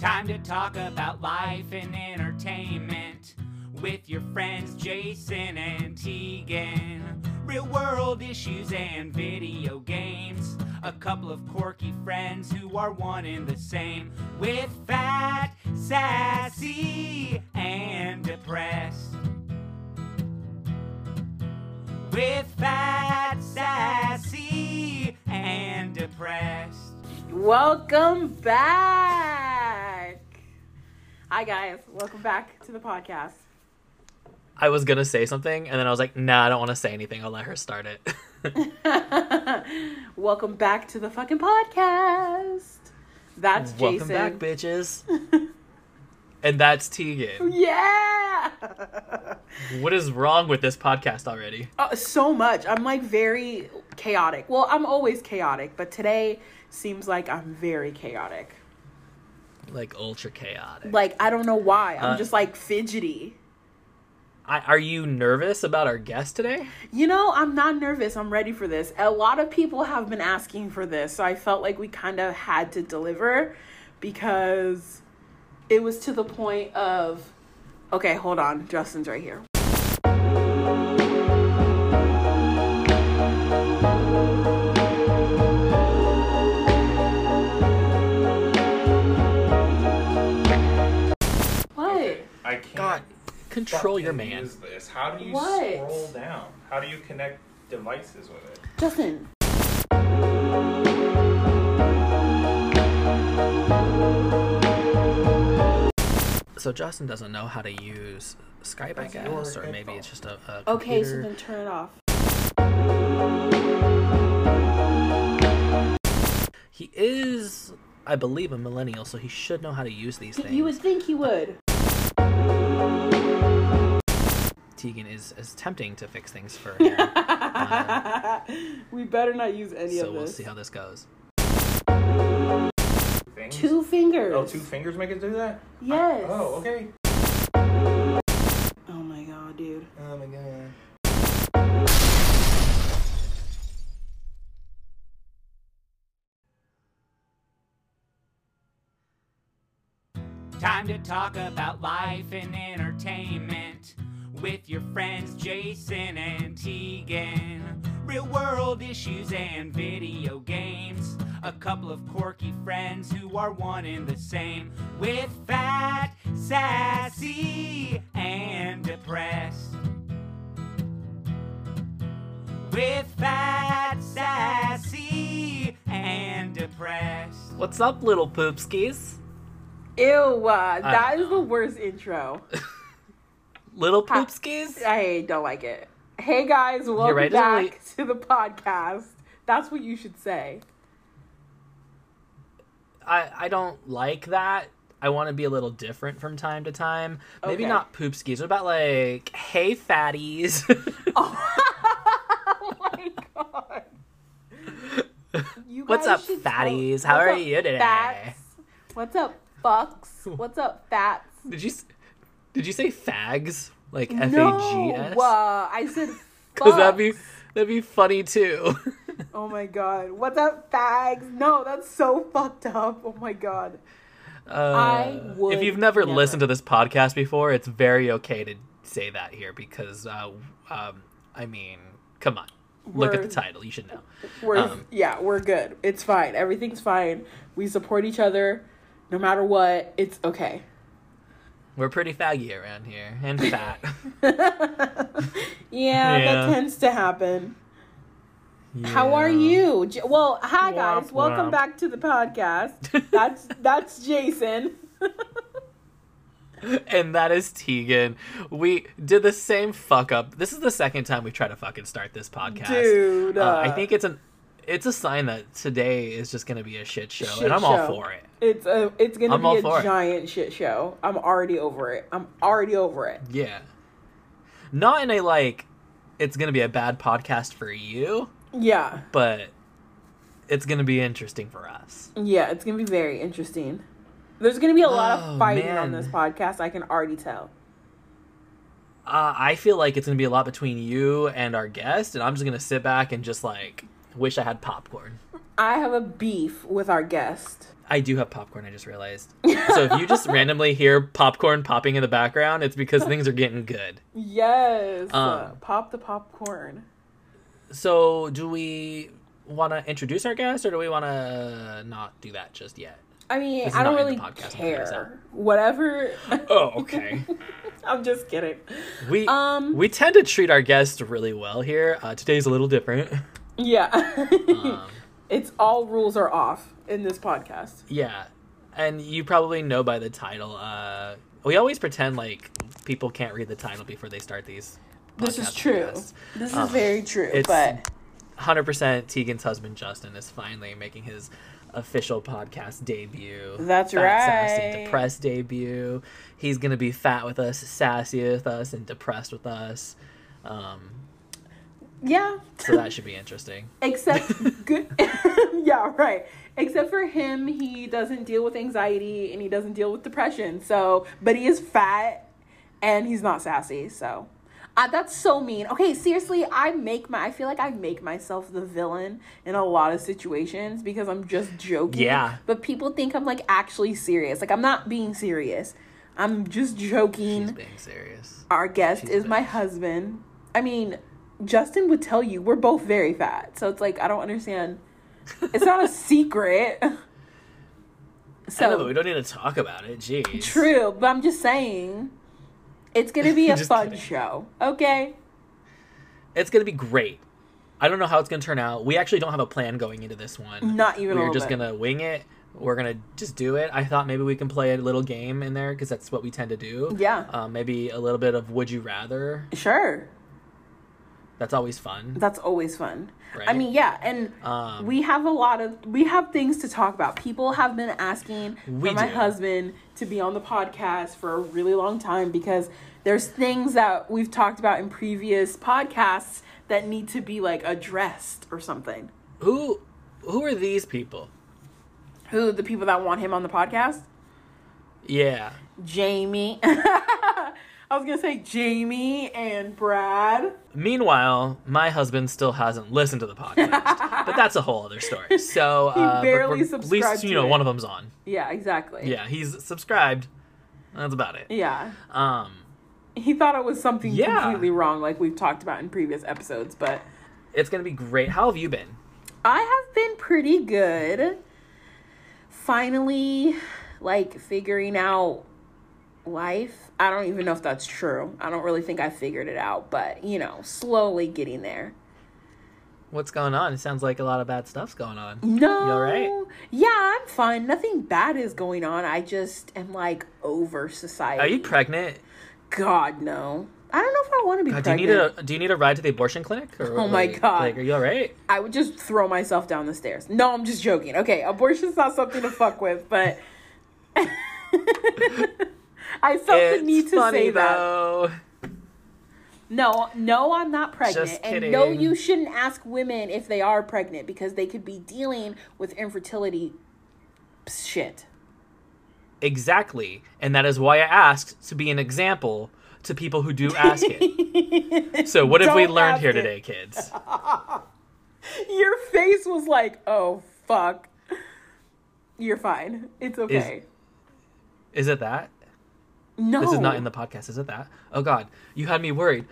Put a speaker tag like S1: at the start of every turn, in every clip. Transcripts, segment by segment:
S1: Time to talk about life and entertainment with your friends Jason and Tegan. Real world issues and video games. A couple of quirky friends who are one and the same. With fat, sassy, and depressed. With fat, sassy, and depressed.
S2: Welcome back. Hi guys, welcome back to the podcast.
S3: I was gonna say something, and then I was like, "Nah, I don't want to say anything. I'll let her start it."
S2: welcome back to the fucking podcast. That's
S3: Welcome
S2: Jason.
S3: back, bitches. and that's Tegan.
S2: yeah.
S3: What is wrong with this podcast already?
S2: Uh, so much. I'm like very chaotic. Well, I'm always chaotic, but today seems like I'm very chaotic.
S3: Like ultra chaotic.
S2: Like I don't know why. I'm
S3: Uh,
S2: just like fidgety.
S3: I, are you nervous about our guest today?
S2: You know, I'm not nervous. I'm ready for this. A lot of people have been asking for this, so I felt like we kind of had to deliver because it was to the point of okay, hold on. Justin's right here. What?
S4: I can't.
S3: Control your
S4: fucking
S3: man.
S4: Use this. How do you
S2: What?
S4: scroll down? How do you connect devices with it?
S2: Justin.
S3: So Justin doesn't know how to use Skype, I
S4: That's your
S3: guess, or maybe
S4: headphone.
S3: it's just a, a
S2: Okay, so
S3: computer.
S2: then turn it off.
S3: He is, I believe, a millennial, so he should know how to use these things.
S2: You would think he would.
S3: Tegan is attempting to fix things for him, Uh,
S2: we better not use any
S3: so
S2: of
S3: we'll
S2: this.
S3: see how this goes.
S4: Things?
S2: Two fingers.
S4: Oh, two fingers make it do that?
S2: Yes.
S4: Oh, okay.
S2: Oh my god, dude.
S4: Oh
S5: Um,
S4: my god.
S1: Time to talk about life and entertainment with your friends Jason and Tegan. Real world issues and video games. A couple of quirky friends who are one and the same. With fat, sassy, and depressed. With fat, sassy, and depressed.
S3: What's up, little poopskis?
S2: Ew, uh, that is the worst intro.
S3: Little poopskis?
S2: I don't like it. Hey guys, welcome
S3: right, it's
S2: back
S3: only-
S2: to the podcast. That's what you should say.
S3: I, I don't like that. I want to be a little different from time to time. Maybe
S2: Okay.
S3: not poopskis. What about like, hey fatties?
S2: Oh my god. You
S3: What's
S2: guys
S3: up,
S2: should-
S3: fatties?
S2: oh,
S3: How
S2: what's
S3: are
S2: up,
S3: you today?
S2: Fats? What's up, fucks? What's up, fats?
S3: did you s- did you say fags? Like F A G
S2: No,
S3: S?
S2: uh, I said.
S3: Cause that'd be
S2: fucks.
S3: that'd be funny too.
S2: Oh my god. What's up, fags? No, that's so fucked up. Oh my god.
S3: uh,
S2: would
S3: if you've never,
S2: never.
S3: listened to this podcast before, it's very okay to say that here because uh, um, I mean, come on, look at
S2: We're-
S3: the title, you should know.
S2: We're
S3: Um,
S2: yeah, we're good. It's fine. Everything's fine. We support each other no matter what. It's okay.
S3: We're pretty faggy around here and fat.
S2: Yeah,
S3: Yeah.
S2: that tends to happen. How are
S3: Yeah.
S2: you? J- well, hi guys.
S3: Womp
S2: Welcome
S3: womp.
S2: back to the podcast. That's that's Jason.
S3: and that is Tegan. We did the same fuck up. This is the second time we try to fucking start this podcast.
S2: Dude,
S3: Uh,
S2: uh,
S3: I think it's an it's a sign that today is just gonna be a shit show,
S2: Shit
S3: and I'm all
S2: show.
S3: for it.
S2: It's a it's going to
S3: I'm all
S2: be a
S3: for it.
S2: giant shit show. I'm already over it. I'm already over it.
S3: Yeah, not in a like it's gonna be a bad podcast for you,
S2: Yeah.
S3: but it's gonna be interesting for us.
S2: Yeah, it's gonna be very interesting. There's gonna be a lot
S3: Oh,
S2: of fighting on
S3: man.
S2: this podcast. I can already tell.
S3: Uh, I feel like it's gonna be a lot between you and our guest, and I'm just gonna sit back and just like wish I had popcorn.
S2: I have a beef with our guest.
S3: I do have popcorn. I just realized. So if you just randomly hear popcorn popping in the background, it's because things are getting good.
S2: Yes.
S3: Um,
S2: Pop the popcorn.
S3: So do we want to introduce our guest, or do we want to not do that just yet?
S2: I mean,
S3: This is
S2: I don't
S3: not in the
S2: really
S3: podcast, I'm gonna say.
S2: care. Whatever.
S3: Oh, okay.
S2: I'm just kidding.
S3: We
S2: Um.
S3: we tend to treat our guests really well here. Uh, today's a little different.
S2: Yeah.
S3: Um,
S2: it's all rules are off in this podcast.
S3: yeah, and you probably know by the title. Uh, we always pretend like people can't read the title before they start these.
S2: This is
S3: podcasts,
S2: true.
S3: podcasts.
S2: This
S3: Um,
S2: is very true.
S3: it's-
S2: but
S3: hundred percent Tegan's husband Justin is finally making his official podcast debut.
S2: That's
S3: Sassy
S2: right.
S3: and depressed debut. He's gonna be fat with us, sassy with us, and depressed with us. Um,
S2: yeah,
S3: so that should be interesting.
S2: except good. yeah, right. Except for him, he doesn't deal with anxiety and he doesn't deal with depression. So, but he is fat and he's not sassy. So, uh, that's so mean. Okay, seriously, I make my. I feel like I make myself the villain in a lot of situations because I'm just joking.
S3: Yeah.
S2: But people think I'm like actually serious. Like I'm not being serious. I'm just joking.
S3: He's being serious.
S2: Our guest
S3: She's
S2: is my
S3: bitch.
S2: husband. I mean, Justin would tell you we're both very fat. So it's like I don't understand. It's not a secret.
S3: I know, but we
S2: So
S3: don't need to talk about it. Jeez.
S2: true, but I'm just saying it's going to be a
S3: Just
S2: fun
S3: kidding.
S2: show. Okay?
S3: It's gonna be great. I don't know how it's gonna turn out. We actually don't have a plan going into this one.
S2: Not even a
S3: We're
S2: little
S3: just
S2: bit.
S3: gonna wing it. We're gonna just do it. I thought maybe we can play a little game in there because that's what we tend to do.
S2: Yeah.
S3: Um, maybe a little bit of would you rather.
S2: Sure.
S3: That's always fun.
S2: That's always fun. I
S3: Right.
S2: mean, yeah, and
S3: Um,
S2: we have a lot of we have things to talk about. People have been asking
S3: We
S2: for my
S3: do.
S2: husband to be on the podcast for a really long time because there's things that we've talked about in previous podcasts that need to be like addressed or something.
S3: who who are these people?
S2: Who the people that want him on the podcast?
S3: Yeah.
S2: Jamie. I was gonna say Jamie and Brad.
S3: Meanwhile, my husband still hasn't listened to the podcast, but that's a whole other story. So
S2: He
S3: uh, but
S2: barely
S3: we're- At
S2: subscribed
S3: least you
S2: to
S3: know
S2: it.
S3: one of them's on.
S2: Yeah, exactly.
S3: Yeah, he's subscribed. That's about it.
S2: Yeah.
S3: Um,
S2: He thought it was something
S3: Yeah.
S2: completely wrong, like we've talked about in previous episodes, but
S3: it's gonna be great. How have you been?
S2: I have been pretty good. Finally, like figuring out life. I don't even know if that's true. I don't really think I figured it out, but you know, slowly getting there.
S3: What's going on? It sounds like a lot of bad stuff's going on.
S2: No.
S3: You all right?
S2: Yeah, I'm fine. Nothing bad is going on. I just am like over society.
S3: Are you pregnant?
S2: God, no. I don't know if I want to be
S3: God, do you
S2: pregnant.
S3: need a Do you need a ride to the abortion clinic? Or,
S2: Oh my
S3: like-
S2: God.
S3: Like, are you all right?
S2: I would just throw myself down the stairs. No, I'm just joking. Okay, abortion's not something to fuck with, but I felt the Oh, need to
S3: funny,
S2: say that.
S3: though.
S2: No, no, I'm not pregnant.
S3: Just
S2: and no,
S3: kidding.
S2: you shouldn't ask women if they are pregnant because they could be dealing with infertility shit.
S3: Exactly. And that is why I asked to be an example to people who do ask it. so what have we
S2: Don't
S3: learned
S2: ask
S3: here
S2: it.
S3: today, kids?
S2: Your face was like, "Oh fuck." You're fine. It's okay.
S3: Is it that?
S2: no.
S3: This is not in the podcast, is it that? Oh god, you had me worried.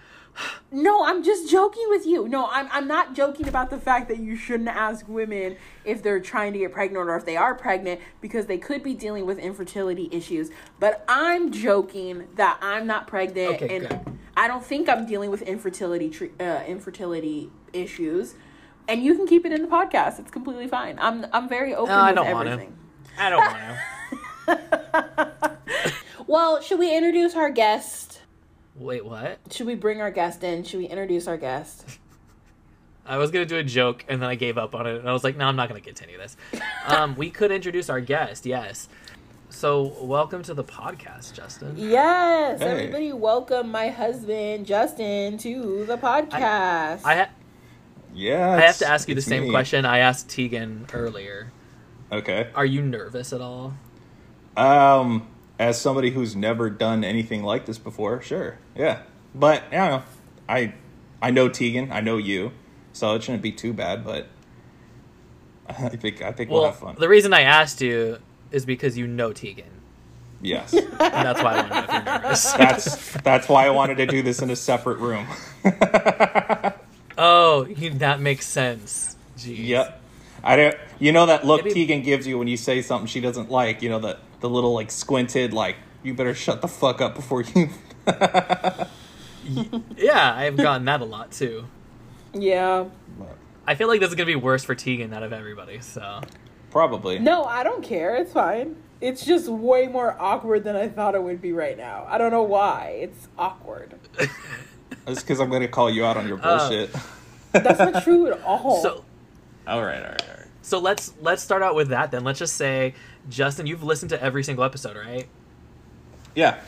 S2: No, I'm just joking with you. No, I'm I'm not joking about the fact that you shouldn't ask women if they're trying to get pregnant or if they are pregnant because they could be dealing with infertility issues. But I'm joking that I'm not pregnant
S3: Okay,
S2: and
S3: good.
S2: I don't think I'm dealing with infertility tre- uh, infertility issues. And you can keep it in the podcast. It's completely fine. I'm I'm very open
S3: No, Uh, I
S2: with
S3: don't want to.
S2: everything.
S3: I don't want to.
S2: Well, should we introduce our guest?
S3: Wait, what?
S2: Should we bring our guest in? Should we introduce our guest?
S3: I was gonna do a joke and then I gave up on it and I was like, no, I'm not gonna continue this. Um, we could introduce our guest, yes. So welcome to the podcast, Justin.
S2: Yes,
S4: Hey.
S2: everybody, welcome my husband Justin to the podcast.
S3: I ha-
S4: Yeah.
S3: I have to ask you the
S4: it's
S3: same
S4: me.
S3: question I asked Tegan earlier.
S5: Okay.
S3: Are you nervous at all?
S5: Um, as somebody who's never done anything like this before, sure, yeah. But I don't know. I I know Tegan. I know you, so it shouldn't be too bad. But I think I think we'll,
S3: Well,
S5: have fun.
S3: the reason I asked you is because you know Tegan.
S5: Yes.
S3: And that's why I want to know if you're nervous.
S5: That's that's why I wanted to do this in a separate room.
S3: oh, you, that makes sense. Jeez.
S5: Yep. I don't. You know that look
S3: Maybe-
S5: Tegan gives you when you say something she doesn't like. You know the the little like squinted like you better shut the fuck up before you.
S3: Yeah, I've gotten that a lot too.
S2: Yeah.
S3: I feel like this is gonna be worse for Tegan out of everybody. So
S5: Probably.
S2: No, I don't care. It's fine. It's just way more awkward than I thought it would be right now. I don't know why. It's awkward.
S5: It's because I'm gonna call you out on your
S3: Uh,
S5: bullshit.
S2: That's not true at all.
S3: so
S5: all right. All right. All right.
S3: so let's let's start out with that then. Let's just say, Justin, you've listened to every single episode, right?
S5: Yeah.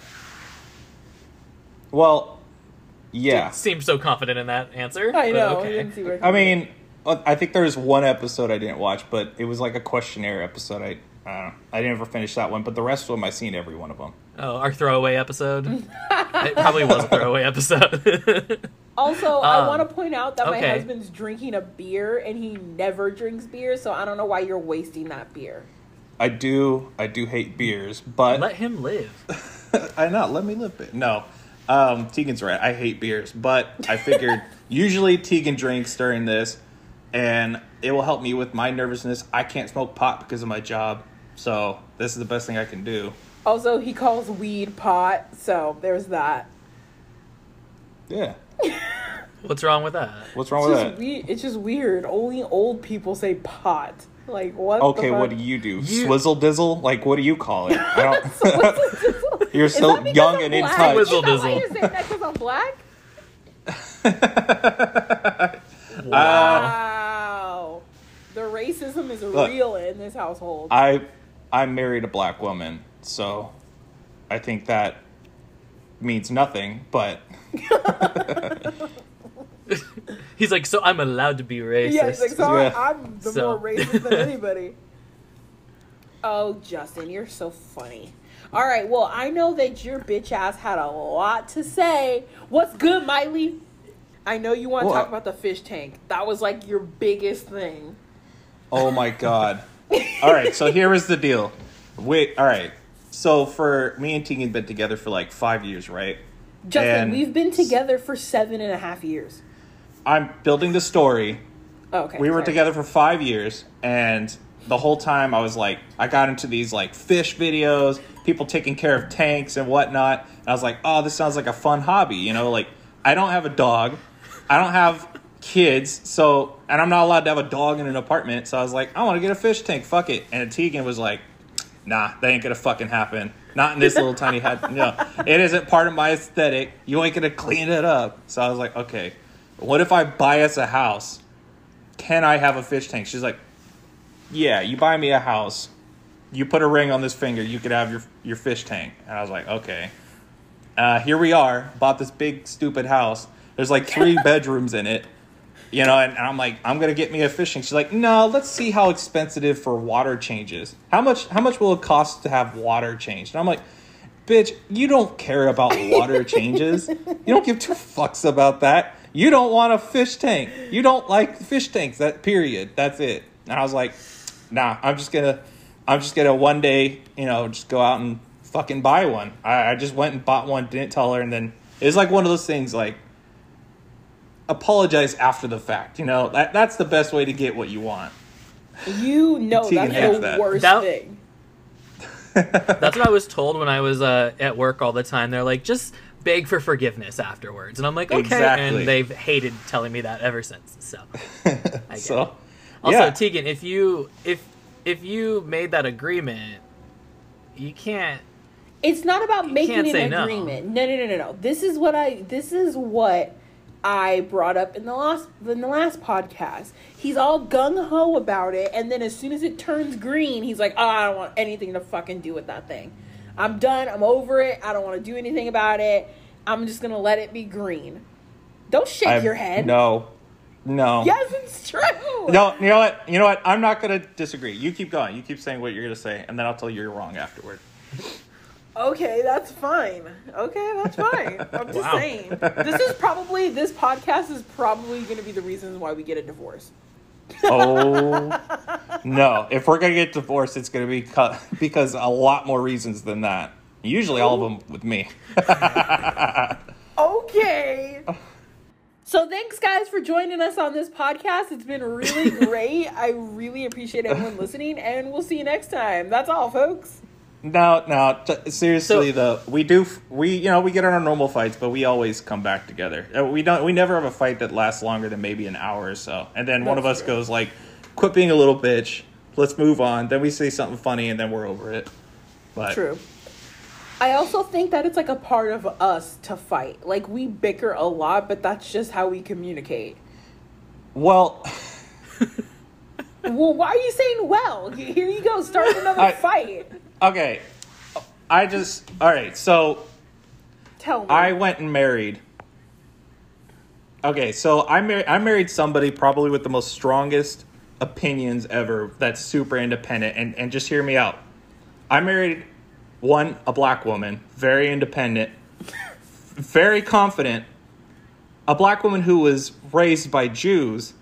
S5: Well. Yeah.
S3: Seems so confident in that answer.
S2: I
S3: but
S2: know. I
S3: okay.
S2: didn't see where
S5: I mean, uh, I think there's one episode I didn't watch, but it was like a questionnaire episode. I. I don't know. I never finished that one, but the rest of them I seen every one of them.
S3: Oh, our throwaway episode. it probably was a throwaway episode.
S5: Uh,
S2: Also, I
S3: Um,
S2: want to point out that my
S3: okay.
S2: husband's drinking a beer and he never drinks beer, so I don't know why you're wasting that beer.
S5: I do. I do hate beers, but
S3: Let him live.
S5: I know. Let me lip it. No, um, Tegan's right. I hate beers, but I figured usually Tegan drinks during this, and it will help me with my nervousness. I can't smoke pot because of my job, so this is the best thing I can do.
S2: Also, he calls weed pot, so there's that.
S5: Yeah.
S3: What's wrong with that?
S5: What's wrong
S2: It's
S5: with
S2: just,
S5: that?
S2: we- it's just weird. Only old people say pot. Like what?
S5: Okay,
S2: the fuck?
S5: what do you do?
S3: You-
S5: Swizzle dizzle? Like, what do you call it? I don't...
S2: Swizzle-
S5: You're
S2: Is
S5: so
S2: that because
S5: young
S2: I'm
S5: and in
S2: black?
S5: touch.
S2: Is that why
S3: Swizzle
S2: you're saying that because I'm black?
S5: Uh,
S3: Wow.
S2: Wow. The racism is
S5: Look.
S2: real in this household.
S5: I I married a black woman, so I think that means nothing. But
S3: He's like, so I'm allowed to be racist.
S2: yeah, it's like, so
S5: Yeah.
S2: I- I'm the
S3: So-
S2: more racist than anybody. oh, Justin, you're so funny. All right, well, I know that your bitch ass had a lot to say. What's good, Miley? I know you want to
S5: Well, uh,
S2: talk
S5: I-
S2: about the fish tank. That was like your biggest thing.
S5: Oh my god. all right, so here is the deal. Wait, all right. So for me and Tegan been together for like five years, right?
S2: Justin,
S5: And-
S2: we've been together for seven and a half years.
S5: I'm building the story.
S2: Oh, okay.
S5: We were
S2: sorry.
S5: together for five years, and the whole time I was like, I got into these like fish videos, people taking care of tanks and whatnot. And I was like, oh, this sounds like a fun hobby, you know? Like, I don't have a dog, I don't have kids, so, and I'm not allowed to have a dog in an apartment. So I was like, I want to get a fish tank, fuck it. And Tegan was like, nah, that ain't gonna fucking happen. Not in this little tiny hat. No, it isn't part of my aesthetic. You ain't gonna clean it up. So I was like, okay, what if I buy us a house? Can I have a fish tank? She's like, yeah, you buy me a house, you put a ring on this finger, you could have your your fish tank. And I was like, okay. Uh, here we are. Bought this big stupid house. There's like three bedrooms in it. You know, and, and I'm like, I'm gonna get me a fishing. She's like, no, let's see how expensive it is for water changes. How much? How much will it cost to have water changed? And I'm like, bitch, you don't care about water changes. You don't give two fucks about that. You don't want a fish tank. You don't like fish tanks. That period. That's it. And I was like, nah, I'm just gonna, I'm just gonna one day, you know, just go out and fucking buy one. I, I just went and bought one. Didn't tell her, and then it was like one of those things, like apologize after the fact. You know, that, that's the best way to get what you want.
S2: You know
S5: Tegan
S2: that's
S5: hates
S2: the
S5: that.
S2: worst
S3: That-
S2: thing.
S3: That's what I was told when I was uh, at work all the time. They're like, just beg for forgiveness afterwards, and I'm like, okay.
S5: Exactly.
S3: And they've hated telling me that ever since. So, I get it.
S5: So,
S3: also,
S5: yeah.
S3: Tegan, if you if if you made that agreement, you can't.
S2: It's not about making
S3: can't say
S2: an
S3: no.
S2: agreement. No. no, no, no, no. This is what I. This is what I brought up in the last in the last podcast. He's all gung ho about it, and then as soon as it turns green, he's like, "Oh, I don't want anything to fucking do with that thing. I'm done. I'm over it. I don't want to do anything about it. I'm just gonna let it be green." Don't shake
S5: I'm-
S2: your head.
S5: No, no,
S2: Yes, it's true.
S5: no. You know what? You know what? I'm not gonna disagree. You keep going. You keep saying what you're gonna say, and then I'll tell you you're wrong afterward.
S2: Okay, that's fine. Okay, that's fine. I'm just
S3: Wow.
S2: saying. This is probably this podcast is probably going to be the reasons why we get a divorce.
S5: Oh no! If we're gonna get divorced, it's gonna be cu- because a lot more reasons than that. Usually, all of them with me.
S2: Okay. So thanks guys for joining us on this podcast. It's been really great. I really appreciate everyone listening and we'll see you next time. That's all folks.
S5: No, no. T- seriously, though, we do. f- We you know we get in our normal fights, but we always come back together. Uh, We don't. We never have a fight that lasts longer than maybe an hour or so, and then one of
S2: That's
S5: us
S2: true.
S5: goes like, "Quit being a little bitch. Let's move on." Then we say something funny, and then we're over it. But
S2: True. I also think that it's like a part of us to fight. Like we bicker a lot, but that's just how we communicate.
S5: well,
S2: Well, why are you saying well? Here you go, start another
S5: I-
S2: fight.
S5: okay. I just all right. So
S2: Tell me.
S5: I went and married. Okay, so I married I married somebody probably with the most strongest opinions ever that's super independent and, and just hear me out. I married one, a black woman, very independent, very confident, a black woman who was raised by Jews,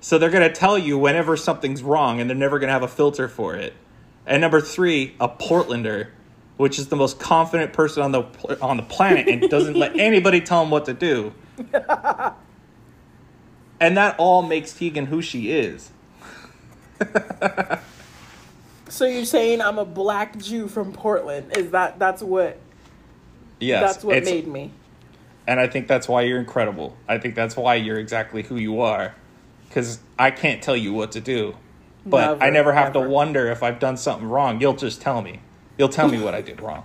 S5: so they're gonna tell you whenever something's wrong and they're never gonna have a filter for it. And number three, a Portlander, which is the most confident person on the pl- on the planet and doesn't let anybody tell him what to do. and that all makes Tegan who she is.
S2: so you're saying I'm a black Jew from Portland? Is that that's what
S5: Yes,
S2: that's what
S5: it's-
S2: made me?
S5: and I think that's why you're incredible. I think that's why you're exactly who you are, because I can't tell you what to do, but I
S2: Never,
S5: never have
S2: never.
S5: to wonder if I've done something wrong. You'll just tell me. You'll tell me what I did wrong.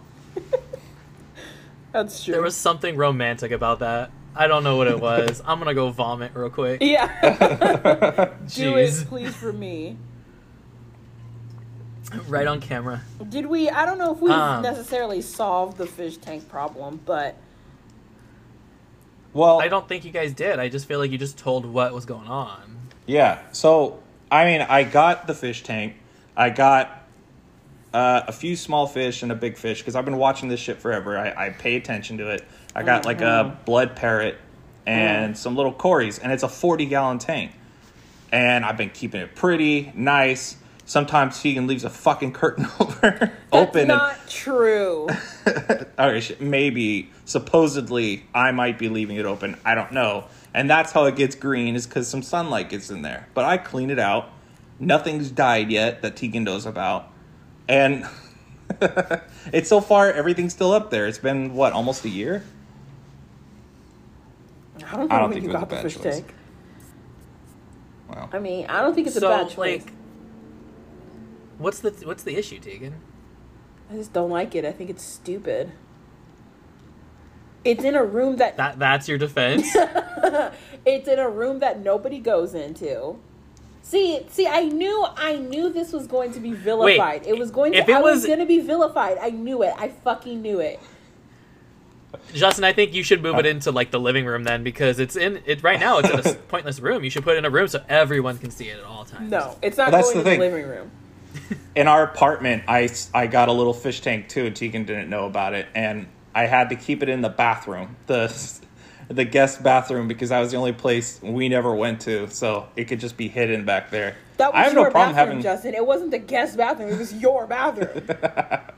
S2: That's true.
S3: There was something romantic about that. I don't know what it was. I'm gonna go vomit real quick.
S2: yeah. Do it,
S3: Jeez.
S2: please, for me.
S3: Right on camera.
S2: Did we? I don't know if we
S3: Um.
S2: necessarily solved the fish tank problem, but
S5: Well,
S3: I don't think you guys did. I just feel like you just told what was going on.
S5: Yeah. So, I mean, I got the fish tank. I got uh, a few small fish and a big fish because I've been watching this shit forever. I, I pay attention to it. I
S2: Mm,
S5: got like a
S2: mm-hmm.
S5: blood parrot and some little cories, and it's a 40 gallon tank. And I've been keeping it pretty, nice. Sometimes Tegan leaves a fucking curtain over
S2: that's
S5: open.
S2: not true.
S5: and, or sh- maybe, supposedly, I might be leaving it open. I don't know. And that's how it gets green is because some sunlight gets in there. But I clean it out. Nothing's died yet that Tegan knows about. And it's so far, everything's still up there. It's been, what, almost a year?
S2: I don't know
S5: I don't
S2: when
S5: think
S2: you
S5: it was
S2: got
S5: a
S2: the
S5: bad
S2: fish
S5: choice.
S2: tank.
S5: Wow.
S2: I mean, I don't think it's
S3: so
S2: a bad choice.
S3: like, what's the what's the issue, Tegan?
S2: I just don't like it. I think it's stupid. It's in a room that
S3: That that's your defense.
S2: it's in a room that nobody goes into. See, see, I knew, I knew this was going to be vilified. it was going to,
S3: if it
S2: I was
S3: was-
S2: going to be vilified. I knew it. I fucking knew it.
S3: Justin, I think you should move it into like the living room then, because it's in it right now. It's in a s- pointless room. You should put it in a room so everyone can see it at all times.
S2: No, it's not
S5: Well, that's
S2: going to
S5: the
S2: the
S5: thing.
S2: living room.
S5: in our apartment, I, s- I got a little fish tank too, and Tegan didn't know about it, and I had to keep it in the bathroom, the s- the guest bathroom, because that was the only place we never went to, so it could just be hidden back there.
S2: That was
S5: I have
S2: your
S5: no problem
S2: bathroom,
S5: having.
S2: Justin. It wasn't the guest bathroom. It was your bathroom.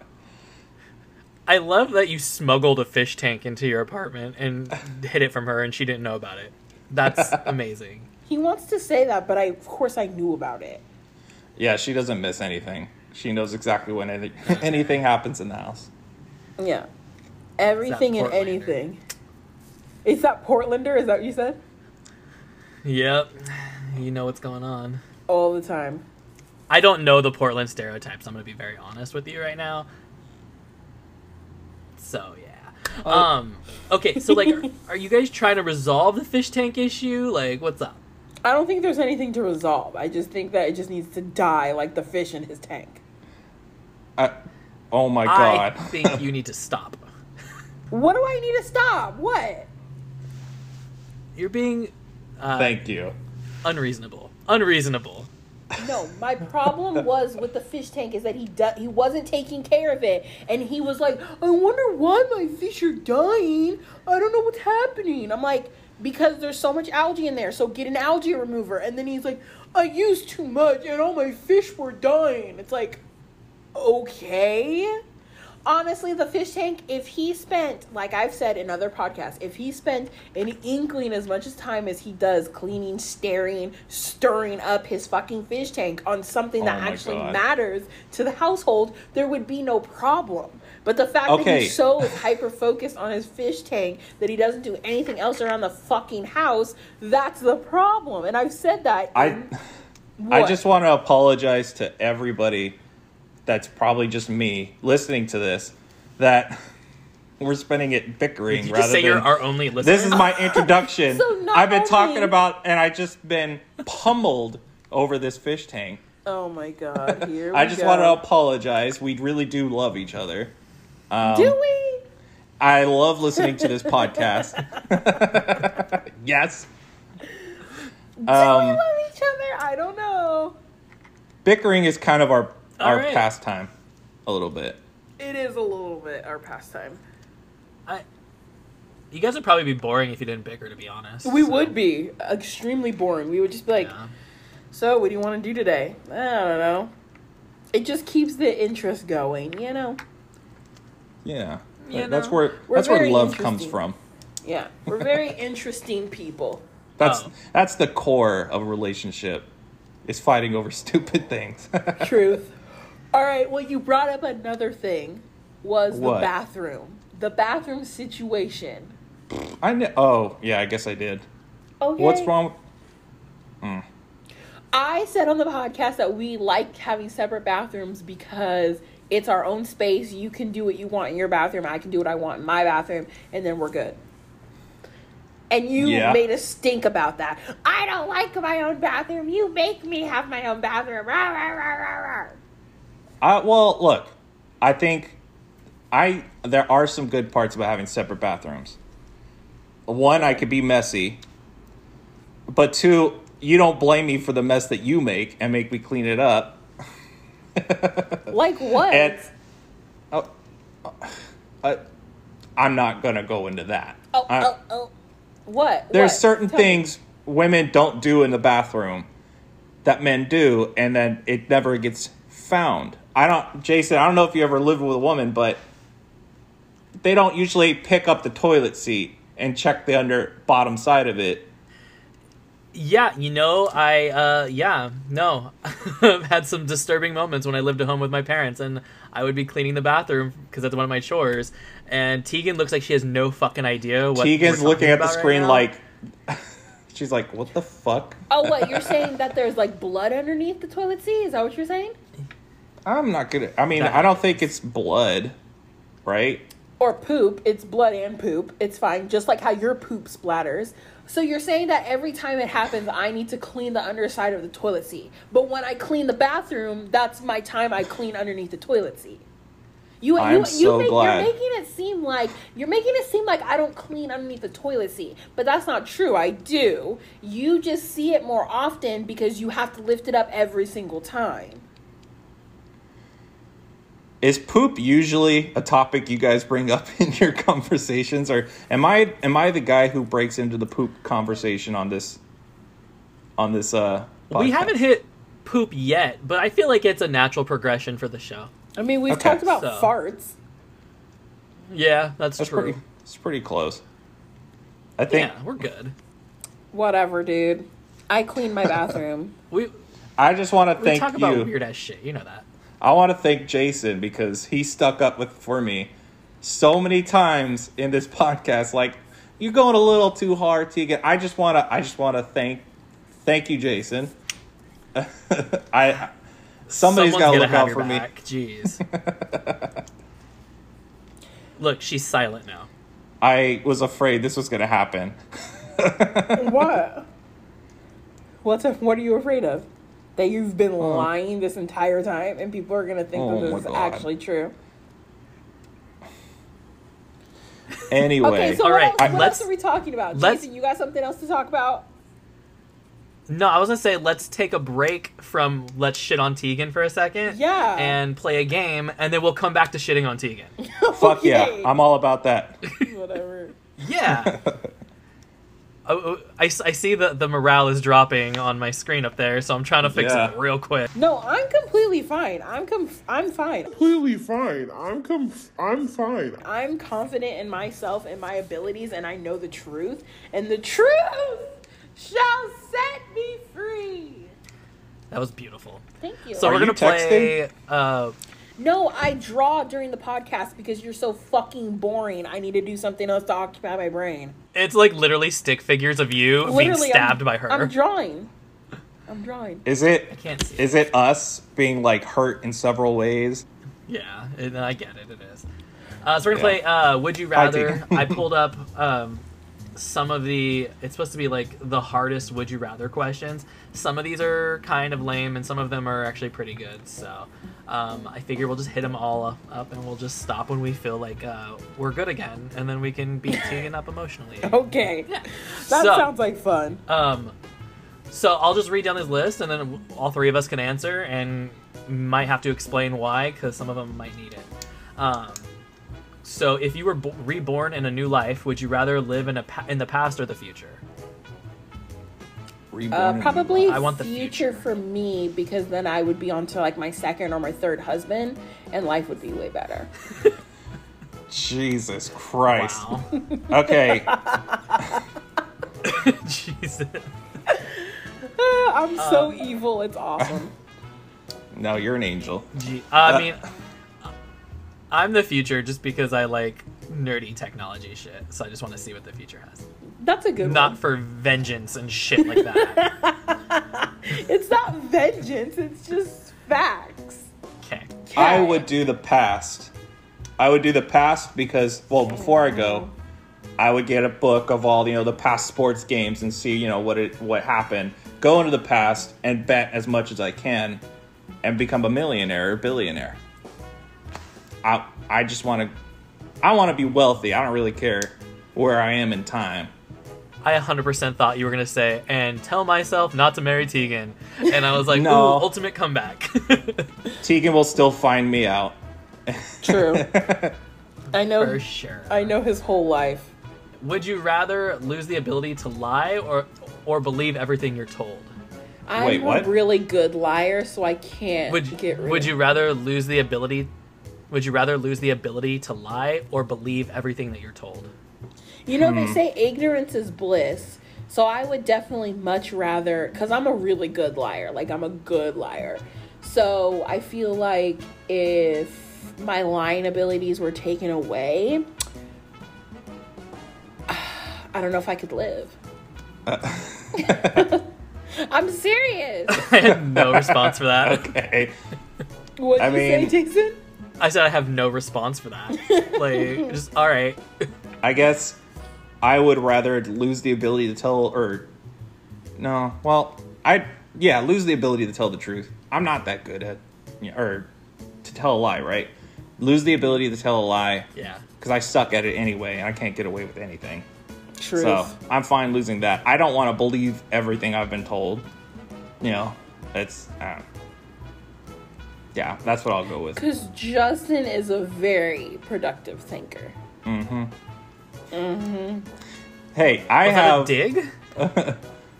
S3: I love that you smuggled a fish tank into your apartment and hid it from her, and she didn't know about it. That's amazing.
S2: he wants to say that, but I, of course, I knew about it.
S5: Yeah, she doesn't miss anything. She knows exactly when any- anything happens in the house.
S2: Yeah, everything and
S3: Portlander.
S2: anything. Is that Portlander? Is that what you said?
S3: Yep, you know what's going on.
S2: All the time.
S3: I don't know the Portland stereotypes. I'm gonna be very honest with you right now. So
S5: Uh,
S3: yeah. Um. Okay. So like, are, are you guys trying to resolve the fish tank issue? Like, what's up?
S2: I don't think there's anything to resolve. I just think that it just needs to die, like the fish in his tank.
S5: I, oh my
S3: I
S5: god!
S3: think you need to stop.
S2: What do I need to stop? What?
S3: You're being uh,
S5: Thank you.
S3: unreasonable. Unreasonable.
S2: No, my problem was with the fish tank is that he do- he wasn't taking care of it, and he was like, "I wonder why my fish are dying. I don't know what's happening." I'm like, "Because there's so much algae in there, so get an algae remover." And then he's like, I used too much and all my fish were dying. It's like, okay. Honestly, the fish tank, if he spent, like I've said in other podcasts, if he spent an inkling as much as time as he does cleaning, staring, stirring up his fucking fish tank on something that
S5: Oh my
S2: actually
S5: God.
S2: matters to the household, there would be no problem. But the fact that
S5: Okay.
S2: he's so hyper focused on his fish tank that he doesn't do anything else around the fucking house, that's the problem. And I've said that.
S5: I
S2: in-
S5: I
S2: What?
S5: just want to apologize to everybody that's probably just me listening to this that we're spending it bickering
S3: Did you
S5: rather
S3: just say
S5: than
S3: you're our only listener?
S5: this is my introduction.
S2: So not
S5: I've been talking
S2: only-
S5: about and I just been pummeled over this fish tank.
S2: Oh my god, here
S5: I
S2: we
S5: just
S2: go.
S5: want to apologize. We really do love each other. um,
S2: Do we?
S5: I love listening to this podcast. yes.
S2: Do we
S5: Um,
S2: love each other? I don't know.
S5: bickering is kind of our our
S3: Alright.
S5: pastime a little bit.
S2: It is a little bit our pastime.
S3: I, you guys would probably be boring if you didn't bicker, to be honest.
S2: We
S3: so,
S2: would be extremely boring. We would just be like,
S3: yeah.
S2: so what do you want to do today? I don't know. It just keeps the interest going, you know?
S5: Yeah.
S3: You
S5: That- that's
S3: know,
S5: where
S2: we're
S5: that's where
S2: very
S5: love comes
S2: interesting.
S5: from.
S2: Yeah. We're very interesting people.
S5: That's
S3: Oh.
S5: that's the core of a relationship. Is fighting over stupid things.
S2: Truth. All right. Well, you brought up another thing. Was the
S5: What?
S2: bathroom the bathroom situation?
S5: I know. Oh, yeah, I guess I did.
S2: Okay.
S5: What's wrong?
S2: I said on the podcast that we like having separate bathrooms because it's our own space. You can do what you want in your bathroom. I can do what I want in my bathroom, and then we're good. And you
S5: Yeah.
S2: made a stink about that. I don't like my own bathroom. You make me have my own bathroom. Rah, rah, rah, rah, rah.
S5: I well, look. I think I there are some good parts about having separate bathrooms. One, I could be messy. But two, you don't blame me for the mess that you make and make me clean it up.
S2: Like what?
S5: And oh, I, I'm not gonna go into that.
S2: oh,
S5: I-
S2: oh, oh. What?
S5: there's
S2: What?
S5: certain
S2: Tell me.
S5: things women don't do in the bathroom that men do and then it never gets found i don't jason i don't know if you ever lived with a woman but they don't usually pick up the toilet seat and check the under bottom side of it
S3: Yeah, you know, I uh yeah, no. I've had some disturbing moments when I lived at home with my parents and I would be cleaning the bathroom because that's one of my chores and Tegan looks like she has no fucking idea what
S5: tegan's
S3: we're
S5: looking
S3: talking
S5: at the
S3: about right
S5: screen
S3: now.
S5: like she's like what the fuck
S2: Oh, what you're saying that there's like blood underneath the toilet seat? Is that what you're saying?
S5: i'm not gonna i mean
S3: That-
S5: i don't think it's blood right
S2: Or poop? It's blood and poop. It's fine, just like how your poop splatters. So you're saying that every time it happens, I need to clean the underside of the toilet seat. But when I clean the bathroom, that's my time I clean underneath the toilet seat. You,
S5: I'm
S2: you, you
S5: so glad.
S2: You're making it seem like you're making it seem like I don't clean underneath the toilet seat, but that's not true. I do. You just see it more often because you have to lift it up every single time.
S5: is poop usually a topic you guys bring up in your conversations or am i am i the guy who breaks into the poop conversation on this on this uh
S3: We
S5: podcast?
S3: haven't hit poop yet, but I feel like it's a natural progression for the show.
S2: I mean, we've
S5: Okay,
S2: talked about
S3: so-
S2: farts.
S3: Yeah, that's,
S5: that's
S3: true.
S5: pretty it's pretty close i think
S3: yeah, we're good.
S2: Whatever, dude. I clean my bathroom.
S3: We
S5: i just want to
S3: we
S5: thank
S3: talk about
S5: you
S3: weird ass shit, you know that.
S5: i want to thank jason because he stuck up with for me so many times in this podcast like you're going a little too hard tegan i just want to i just want to thank thank you jason i somebody's got
S3: Someone's
S5: to
S3: gonna
S5: look
S3: have
S5: out
S3: your
S5: for me
S3: back. Jeez. Look, she's silent now.
S5: I was afraid this was going to happen.
S2: what? What's what are you afraid of? That you've been lying this entire time and people are gonna think
S5: Oh
S2: that
S5: my
S2: this is
S5: God.
S2: actually true.
S5: Anyway,
S2: Okay, so
S3: All
S2: what,
S3: right,
S2: else, what
S3: let's-
S2: else are we talking about?
S3: let's-
S2: Jason, you got something else to talk about?
S3: No, I was gonna say let's take a break from let's shit on Tegan for a second.
S2: Yeah.
S3: And play a game, and then we'll come back to shitting on Tegan.
S5: fuck yeah,
S2: Okay.
S5: I'm all about that.
S2: Whatever.
S3: Yeah. oh, oh, I, s- I see that the morale is dropping on my screen up there, so I'm trying to fix
S5: Yeah.
S3: it real quick.
S2: No, I'm completely fine. I'm com- I'm fine.
S6: completely fine. I'm com- I'm fine.
S2: I'm confident in myself and my abilities, and I know the truth. And the truth shall set me free.
S3: That was beautiful.
S2: Thank you.
S3: So
S5: Are
S3: we're
S5: you
S3: gonna play. Uh,
S2: no, I draw during the podcast because you're so fucking boring. I need to do something else to occupy my brain.
S3: it's like literally stick figures of you being
S2: Literally,
S3: stabbed
S2: I'm,
S3: by her.
S2: I'm drawing. I'm drawing.
S5: Is it
S3: I can't see.
S5: is it us being like hurt in several ways?
S3: Yeah, it, I get it. It is. Uh, so we're gonna
S5: Yeah.
S3: play. Uh, Would you
S5: Hi, Tegan.
S3: rather? I pulled up um, some of the. It's supposed to be like the hardest Would you rather questions. Some of these are kind of lame, and some of them are actually pretty good. So um, I figure we'll just hit them all up, up, and we'll just stop when we feel like uh, we're good again, and then we can beat Tegan up emotionally.
S2: Okay. That
S3: So-
S2: sounds like fun.
S3: Um, so I'll just read down this list, and then all three of us can answer, and might have to explain why, because some of them might need it. Um, so if you were bo- reborn in a new life, would you rather live in a pa- in the past or the future?
S5: Reborn
S2: Uh,
S5: in-
S2: probably
S3: I want the
S2: future,
S3: future.
S2: for me because then I would be on to like my second or my third husband, and life would be way better.
S5: Jesus Christ.
S3: Wow,
S5: Okay.
S3: Jesus.
S2: Uh, I'm so evil. It's awesome.
S5: No, you're an angel.
S3: Gee. I
S5: Uh,
S3: mean, I'm the future just because I like nerdy technology shit, so I just want to see what the future has.
S2: That's a good
S3: Not
S2: one.
S3: for vengeance and shit like that.
S2: It's not vengeance. It's just facts.
S3: okay.
S5: I would do the past. I would do the past because, well, before I go, I would get a book of all you know the past sports games and see you know what it what happened. Go into the past and bet as much as I can, and become a millionaire or billionaire. I I just want to, I want to be wealthy. I don't really care where I am in time.
S3: I 100% thought you were gonna say, and tell myself not to marry Tegan, and I was like,
S5: No.
S3: ooh, ultimate comeback.
S5: Tegan will still find me out.
S2: True. I know.
S3: For sure.
S2: I know his whole life.
S3: Would you rather lose the ability to lie or or believe everything you're told?
S2: I'm
S5: Wait, what?
S2: a really good liar, so I can't
S3: Would
S2: get rid.
S3: would
S2: of-
S3: you rather lose the ability? Would you rather lose the ability to lie or believe everything that you're told?
S2: You know,
S3: Hmm.
S2: they say ignorance is bliss. So I would definitely much rather, because I'm a really good liar. Like, I'm a good liar. So I feel like if my lying abilities were taken away, I don't know if I could live. I'm serious.
S3: I had no response for that.
S5: Okay.
S2: What
S5: I
S2: you
S5: mean-
S2: say, Dixon?
S3: I said I have no response for that. Like, just all right.
S5: I guess I would rather lose the ability to tell or no, well, I yeah, lose the ability to tell the truth. I'm not that good at or to tell a lie, right? Lose the ability to tell a lie
S3: Yeah.
S5: cuz I suck at it anyway and I can't get away with anything.
S2: Truth.
S5: So, I'm fine losing that. I don't want to believe everything I've been told. You know, it's I don't yeah, that's what I'll go with.
S2: Because Justin is a very productive thinker.
S5: Hey, I
S3: Was that a
S5: have
S3: dig?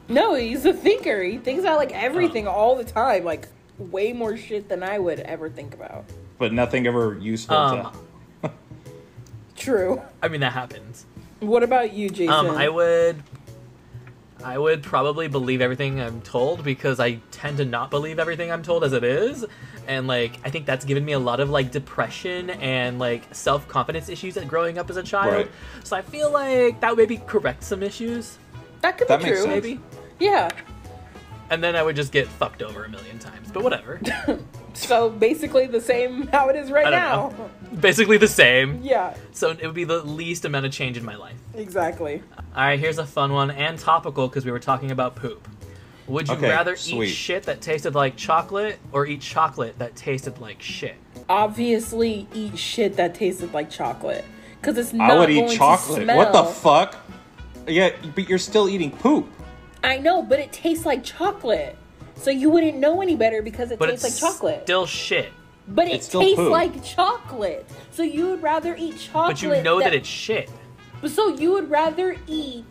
S2: No, he's a thinker. He thinks about like everything all the time, like way more shit than I would ever think about.
S5: but nothing ever useful
S3: Um,
S2: True.
S3: I mean that happens.
S2: What about you, Jason?
S3: Um, I would, I would probably believe everything I'm told because I tend to not believe everything I'm told as it is, and like I think that's given me a lot of like depression and like self confidence issues at growing up as a child.
S5: Right.
S3: So I feel like that would maybe correct some issues,
S2: that could
S5: that
S2: be
S5: makes
S2: true.
S5: sense.
S3: maybe.
S2: Yeah.
S3: And then I would just get fucked over a million times, but whatever.
S2: So basically the same how it is right
S3: I
S2: now.
S3: don't Basically the same.
S2: Yeah.
S3: So it would be the least amount of change in my life.
S2: Exactly.
S3: All right, here's a fun one and topical because we were talking about poop. Would you
S5: Okay,
S3: rather
S5: sweet.
S3: eat shit that tasted like chocolate or eat chocolate that tasted like shit?
S2: Obviously, eat shit that tasted like chocolate because it's not.
S5: I would
S2: going
S5: eat
S2: to
S5: chocolate. What the
S2: smell.
S5: fuck? Yeah, but you're still eating poop.
S2: I know, but it tastes like chocolate. So you wouldn't know any better because it
S3: But
S2: tastes
S3: it's
S2: like chocolate.
S3: still shit.
S2: But it
S5: It's still
S2: tastes
S5: poo.
S2: like chocolate. So you would rather eat chocolate.
S3: But you know that, it's shit.
S2: So you would rather eat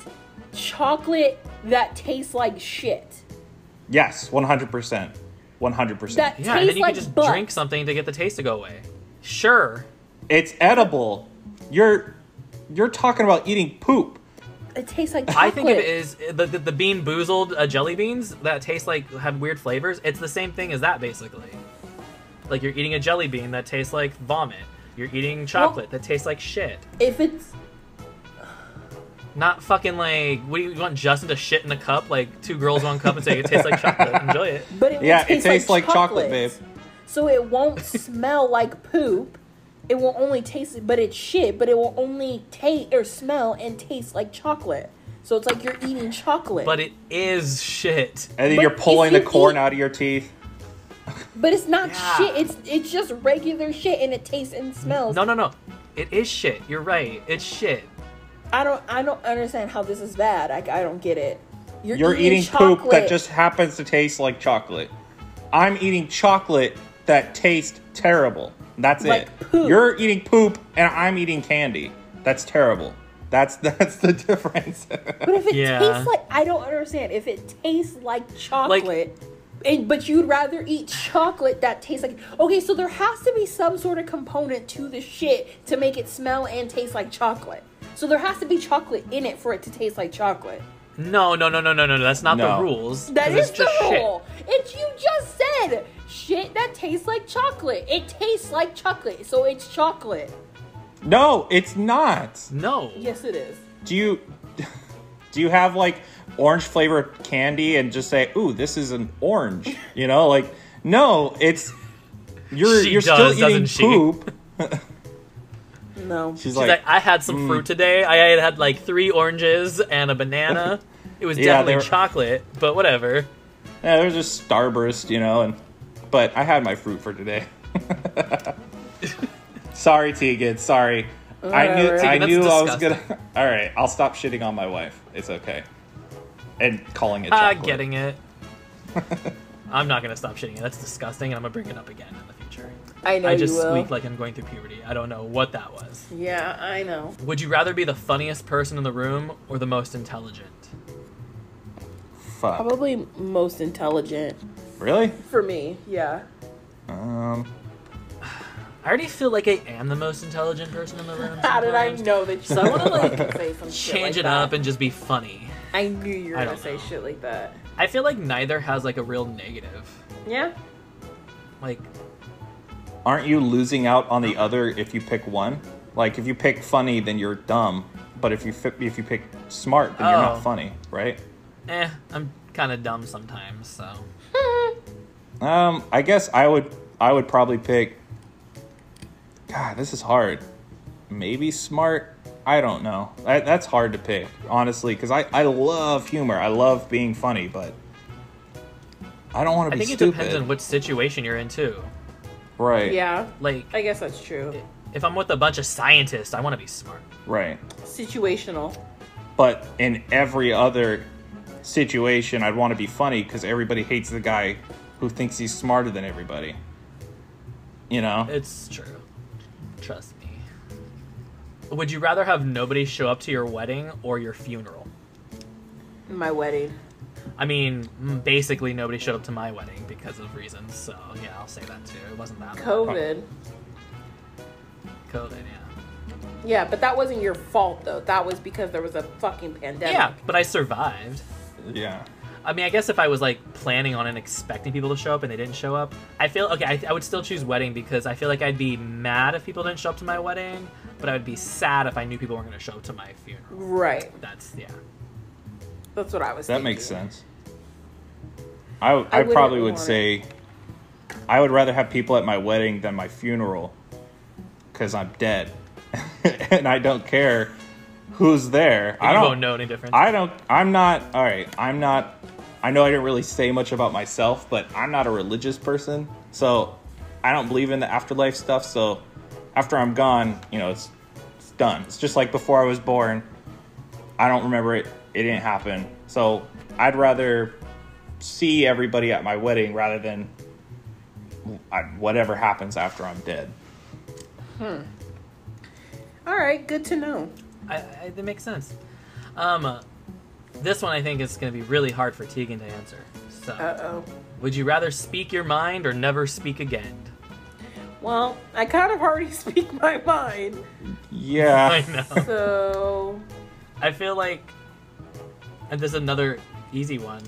S7: chocolate that tastes like shit.
S5: Yes, 100%.
S3: Yeah, and
S5: 100%.
S7: That tastes
S3: then you
S7: like
S3: could just
S7: butt.
S3: drink something to get the taste to go away. Sure.
S5: it's edible. You're you're talking about eating poop.
S7: It tastes like chocolate.
S3: I think of it is the, the, the bean boozled uh, jelly beans that taste like have weird flavors. It's the same thing as that basically. Like you're eating a jelly bean that tastes like vomit. You're eating chocolate that tastes like shit.
S7: if it's
S3: Not fucking like what do you, you want Justin to shit in a cup like two girls one cup and say it tastes like chocolate. Enjoy it.
S7: but it
S5: Yeah,
S7: will
S5: it
S7: taste
S5: tastes like chocolate, babe.
S7: So it won't smell like poop. It will only taste, but it's shit. But it will only taste or smell and taste like chocolate. So it's like you're eating chocolate.
S3: But it is shit.
S5: And then
S7: But
S5: you're pulling
S7: if you
S5: the corn
S7: eat-
S5: out of your teeth.
S7: But it's not
S3: Yeah.
S7: shit. It's it's just regular shit, and it tastes and smells.
S3: No no no. It is shit. You're right. It's shit.
S7: I don't I don't understand how this is bad. I, I don't get it.
S5: You're eating poop that just happens to taste like chocolate. I'm eating chocolate that tastes terrible. That's
S7: Like
S5: it.
S7: poop.
S5: You're eating poop and I'm eating candy. That's terrible. That's that's the difference.
S7: But if it
S3: Yeah.
S7: tastes like I don't understand. If it tastes like chocolate, and but you'd rather eat chocolate that tastes like okay. So there has to be some sort of component to the shit to make it smell and taste like chocolate. So there has to be chocolate in it for it to taste like chocolate.
S3: No no no no no no. no. That's not
S5: No.
S3: the rules. 'cause
S7: That
S3: it's
S7: is the rule. It's you just said shit that tastes like chocolate. It tastes like chocolate, so it's chocolate.
S5: no, it's not.
S3: No.
S7: Yes, it is.
S5: Do you do you have like orange flavored candy and just say, "Ooh, this is an orange." You know, like no, it's you're
S3: She
S5: you're
S3: does,
S5: still eating
S3: doesn't she?
S5: poop.
S7: No.
S5: She's
S3: She's
S5: like, mm.
S3: like, I had some fruit today. I had, had like three oranges and a banana. It was
S5: Yeah,
S3: definitely
S5: they were-
S3: chocolate, but whatever.
S5: "Yeah, there's just starburst, you know, and but I had my fruit for today." sorry, Tegan, sorry. I knew
S3: Tegan,
S5: I
S3: that's
S5: knew I was
S3: disgusting.
S5: going to All right, I'll stop shitting on my wife. It's okay. And calling it
S3: Ah,
S5: chocolate.
S3: getting it. I'm not gonna stop shitting it. That's disgusting, and I'm gonna bring it up again in the future.
S2: I know
S3: I just
S2: you will.
S3: squeaked like I'm going through puberty. I don't know what that was.
S2: yeah, I know.
S3: Would you rather be the funniest person in the room or the most intelligent?
S5: Fuck.
S2: Probably most intelligent
S5: Really?
S2: for me. Yeah.
S5: Um
S3: I already feel like I am the most intelligent person in the room.
S2: How did I
S3: sometimes.
S2: know that you
S3: I wanna,
S2: like say some shit
S3: Change
S2: like
S3: it
S2: that?
S3: up and just be funny.
S2: I knew you were
S3: I
S2: gonna
S3: don't
S2: say
S3: know.
S2: shit like that.
S3: I feel like neither has like a real negative.
S2: Yeah.
S3: Like
S5: aren't you losing out on the other if you pick one? Like if you pick funny, then you're dumb. But if you fi- if you pick smart, then you're
S3: Oh.
S5: not funny, right?
S3: eh, I'm kind of dumb sometimes, so.
S5: Um, I guess I would I would probably pick. God, this is hard. Maybe smart. I don't know. I, that's hard to pick, honestly, because I, I love humor. I love being funny, but I don't want
S3: I
S5: to be
S3: think it
S5: stupid.
S3: depends on which situation you're in too.
S5: right.
S2: Yeah.
S3: Like,
S2: I guess that's true.
S3: if I'm with a bunch of scientists, I want to be smart.
S5: Right.
S2: Situational.
S5: but in every other situation i'd want to be funny because everybody hates the guy who thinks he's smarter than everybody you know
S3: It's true. Trust me. Would you rather have nobody show up to your wedding or your funeral?
S2: My wedding.
S3: I mean, mm, basically nobody showed up to my wedding because of reasons. So yeah, I'll say that too. It wasn't that bad.
S2: COVID.
S3: COVID, yeah.
S2: Yeah, but that wasn't your fault though. That was because there was a fucking pandemic.
S3: Yeah, but I survived.
S5: yeah
S3: I mean, I guess if I was like planning on and expecting people to show up and they didn't show up, I feel okay. I, I would still choose wedding because I feel like I'd be mad if people didn't show up to my wedding, but I would be sad if I knew people weren't going to show up to my funeral.
S2: Right.
S3: That's yeah.
S2: That's what I was.
S5: that
S2: thinking.
S5: makes sense i, I,
S2: wouldn't
S5: probably would
S2: want it.
S5: say i would rather have people at my wedding than my funeral because i'm dead and i don't care who's there i
S3: you
S5: don't
S3: won't know any difference.
S5: I don't. I'm not. All right. I'm not. I know I didn't really say much about myself, but I'm not a religious person, so I don't believe in the afterlife stuff. So after I'm gone, you know, it's it's done. It's just like before I was born. I don't remember it. It didn't happen. So I'd rather see everybody at my wedding rather than I, whatever happens after I'm dead.
S2: All right. Good to know.
S3: I, I, that makes sense. Um, This one I think is going to be really hard for Tegan to answer. So,
S2: Uh oh.
S3: would you rather speak your mind or never speak again?
S2: Well, I kind of already speak my mind,
S3: I
S5: Yeah.
S3: know.
S2: so
S3: I feel like and this is another easy one.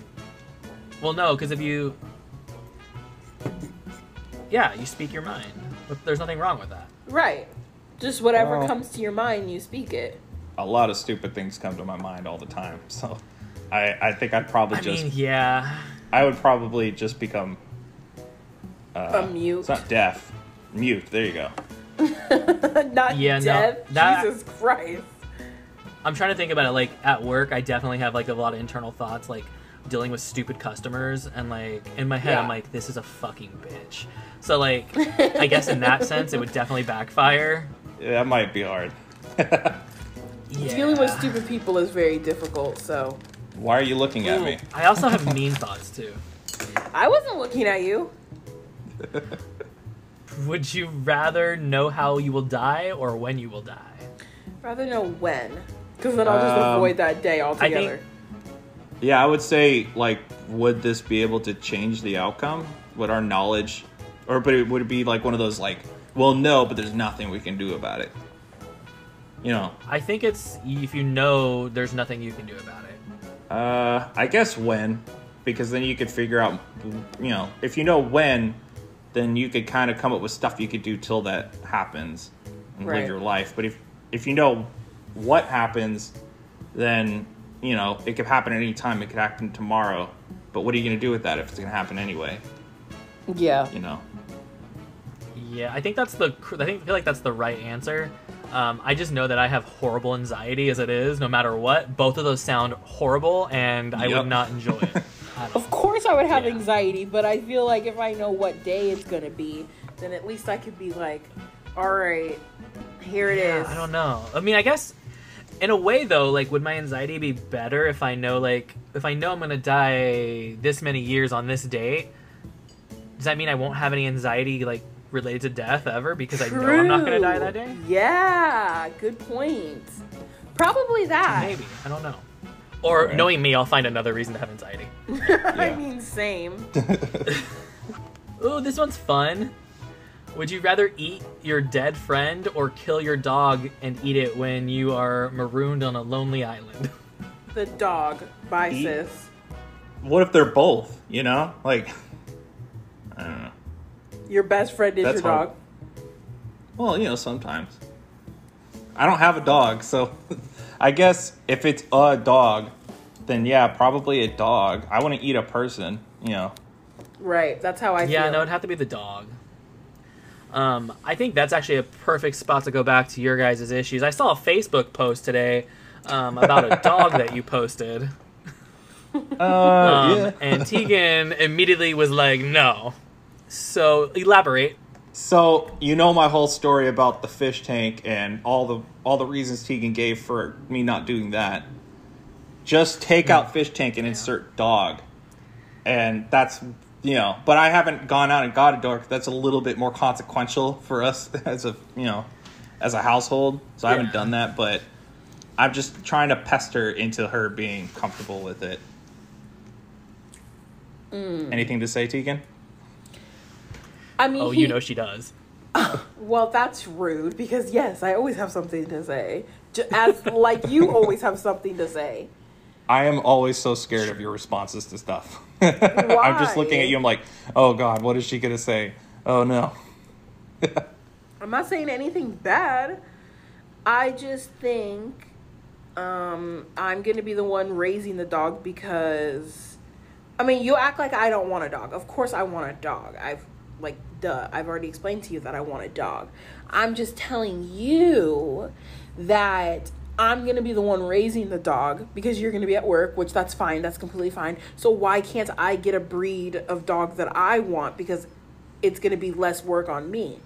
S3: Well, no, because if you, yeah, you speak your mind. There's nothing wrong with that.
S7: Right. Just whatever
S5: Well-
S7: comes to your mind, you speak it.
S5: A lot of stupid things come to my mind all the time, so I, I think I'd probably
S3: I
S5: just
S3: mean, yeah,
S5: I would probably just become uh,
S2: a mute.
S5: it's not deaf, mute. There you go.
S7: Not
S3: Yeah, no,
S7: deaf.
S3: that-
S7: Jesus Christ.
S3: I'm trying to think about it. Like at work, I definitely have like a lot of internal thoughts, like dealing with stupid customers, and like in my head, I'm
S7: Yeah.
S3: like, this is a fucking bitch. So like, I guess in that sense, it would definitely backfire.
S5: That might be hard.
S3: Yeah.
S2: Dealing with stupid people is very difficult, so
S5: Why are you looking at me?
S3: I also have mean thoughts too.
S2: I wasn't looking at you.
S3: Would you rather know how you will die or when you will die?
S2: Rather know when, because then I'll just
S5: Um,
S2: avoid that day
S3: I think-
S2: altogether.
S5: Yeah, I would say like, would this be able to change the outcome? Would our knowledge, or but it would it be like one of those like, well, no, but there's nothing we can do about it. You know,
S3: I think it's if you know there's nothing you can do about it.
S5: uh, I guess when, because then you could figure out, you know, if you know when, then you could kind of come up with stuff you could do till that happens and
S2: Right.
S5: live your life. But if if you know what happens, then you know it could happen at any time. It could happen tomorrow. But what are you gonna do with that if it's gonna happen anyway?
S2: yeah.
S5: you know.
S3: Yeah, I think that's the. cr- I think I feel like that's the right answer. Um, I just know that I have horrible anxiety as it is, no matter what. Both of those sound horrible, and I
S5: Yep.
S3: would not enjoy it. at all.
S7: Of course, I would have
S3: Yeah.
S7: anxiety, but I feel like if I know what day it's gonna be,
S2: Then at least I could be like, all right, here it is.
S3: Yeah, I don't know. I mean, I guess in a way though, like would my anxiety be better if I know like if I know I'm gonna die this many years on this date? Does that mean I won't have any anxiety like related to death ever because I know I'm not gonna die that day?
S7: yeah, good point. Probably that.
S3: Maybe I don't know. Or
S5: Alright.
S3: knowing me, I'll find another reason to have anxiety.
S2: I
S5: Yeah.
S2: mean, same.
S3: Ooh, this one's fun. Would you rather eat your dead friend or kill your dog and eat it when you are marooned on a lonely island?
S2: The dog, bye
S5: Eat.
S2: sis.
S5: What if they're both? You know, like I don't know.
S2: Your best friend is
S5: That's
S2: your dog.
S5: hard. Well, you know, sometimes I don't have a dog, so I guess if it's a dog, then yeah, probably a dog. I wouldn't eat a person. You know,
S2: Right. That's how I
S3: yeah,
S2: feel.
S3: no, it'd have to be the dog. Um, I think that's actually a perfect spot to go back to your guys' issues. I saw a Facebook post today um, about a dog that you posted. Um,
S5: uh,
S3: And Tegan immediately was like, no. So elaborate.
S5: So you know my whole story about the fish tank and all the all the reasons Tegan gave for me not doing that. Just take out fish tank and insert dog, and that's you know. But I haven't gone out and got a dog. That's a little bit more consequential for us as a you know as a household. So I haven't
S3: Yeah.
S5: done that, but I'm just trying to pester into her being comfortable with it. Anything to say, Tegan?
S2: I mean,
S3: Oh,
S2: he-
S3: you know she does.
S2: Well, that's rude because yes, I always have something to say. J- As like you always have something to say.
S5: I am always so scared of your responses to stuff. I'm just looking at you. I'm like, oh god, what is she gonna say? Oh no.
S2: I'm not saying anything bad.
S7: I just think
S2: Um, I'm gonna be the one raising the dog because, I mean, you act like I don't want a dog. Of course, I want a dog. I've like, duh. I've already explained to you that I want a dog.
S7: I'm just telling you that I'm gonna be the one raising the dog because you're gonna be at work, which that's fine, that's completely fine. So why can't I get a breed of dog that I want because it's gonna be less work on me?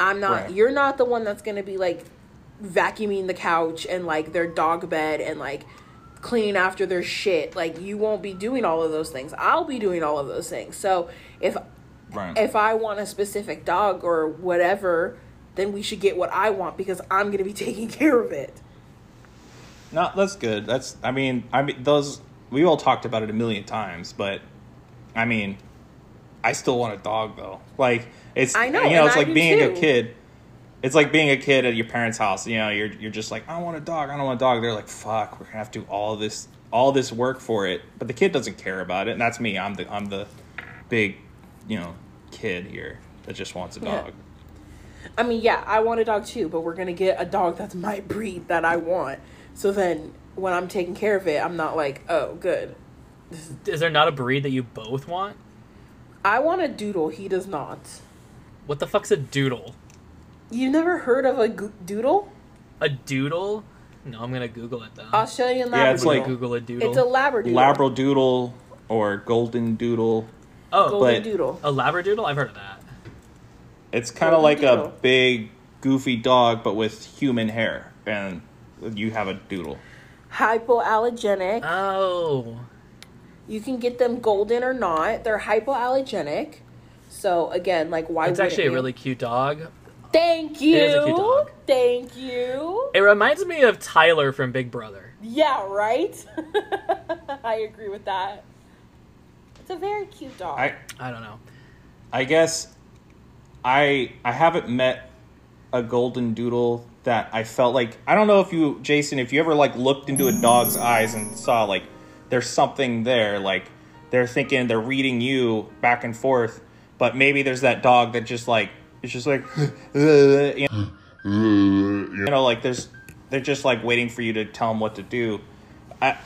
S2: I'm not.
S5: Right.
S2: You're not the one that's gonna be like vacuuming the couch and like their dog bed and like cleaning after their shit. Like you won't be doing all of those things. I'll be doing all of those things. So if
S5: Right.
S2: if I want a specific dog or whatever, then we should get what I want because I'm gonna be taking care of it.
S5: No, that's good. That's I mean, I mean those we all talked about it a million times, but I mean, I still want a dog though. Like it's
S2: I know,
S5: you know,
S2: and
S5: it's
S2: I
S5: like
S2: do
S5: being a
S2: too.
S5: kid. It's like being a kid at your parents' house. You know, you're you're just like, I want a dog. I don't want a dog. They're like, fuck, we're gonna have to do all this all this work for it. But the kid doesn't care about it, and that's me. I'm the I'm the big, you know, kid here that just wants a
S2: Yeah.
S5: dog.
S8: I mean, yeah, I want a dog too, but we're gonna get a dog that's my breed that I want. So then, when I'm taking care of it, I'm not like, oh, good.
S3: Is there not a breed that you both want?
S8: I want a doodle. He does not.
S3: What the fuck's a doodle?
S8: You've never heard of a go- doodle?
S3: A doodle? No, I'm gonna Google it though.
S8: Australian Labradoodle.
S5: Yeah, it's
S3: I'm
S5: like
S3: gonna Google a doodle.
S8: It's a labradoodle.
S5: Labradoodle or golden doodle.
S3: oh,
S8: golden
S5: but-
S8: doodle.
S3: a labradoodle? I've heard of that.
S5: It's kind
S8: Golden
S5: of like
S8: doodle.
S5: a big goofy dog, but with human hair, and you have a doodle.
S8: Hypoallergenic.
S3: Oh,
S8: You can get them golden or not. They're hypoallergenic. So again, like why?
S3: it's actually a
S8: wouldn't e-
S3: really
S8: you?
S3: cute dog.
S2: Thank you.
S3: It is a cute dog.
S2: Thank you.
S3: It reminds me of Tyler from Big Brother.
S2: Yeah, right? I agree with that. It's a very cute dog.
S5: I
S3: I don't know.
S5: I guess I I haven't met a golden doodle that I felt like I don't know if you Jason if you ever like looked into a dog's eyes and saw like there's something there like they're thinking they're reading you back and forth but maybe there's that dog that just like it's just like you know, you know like there's they're just like waiting for you to tell them what to do I,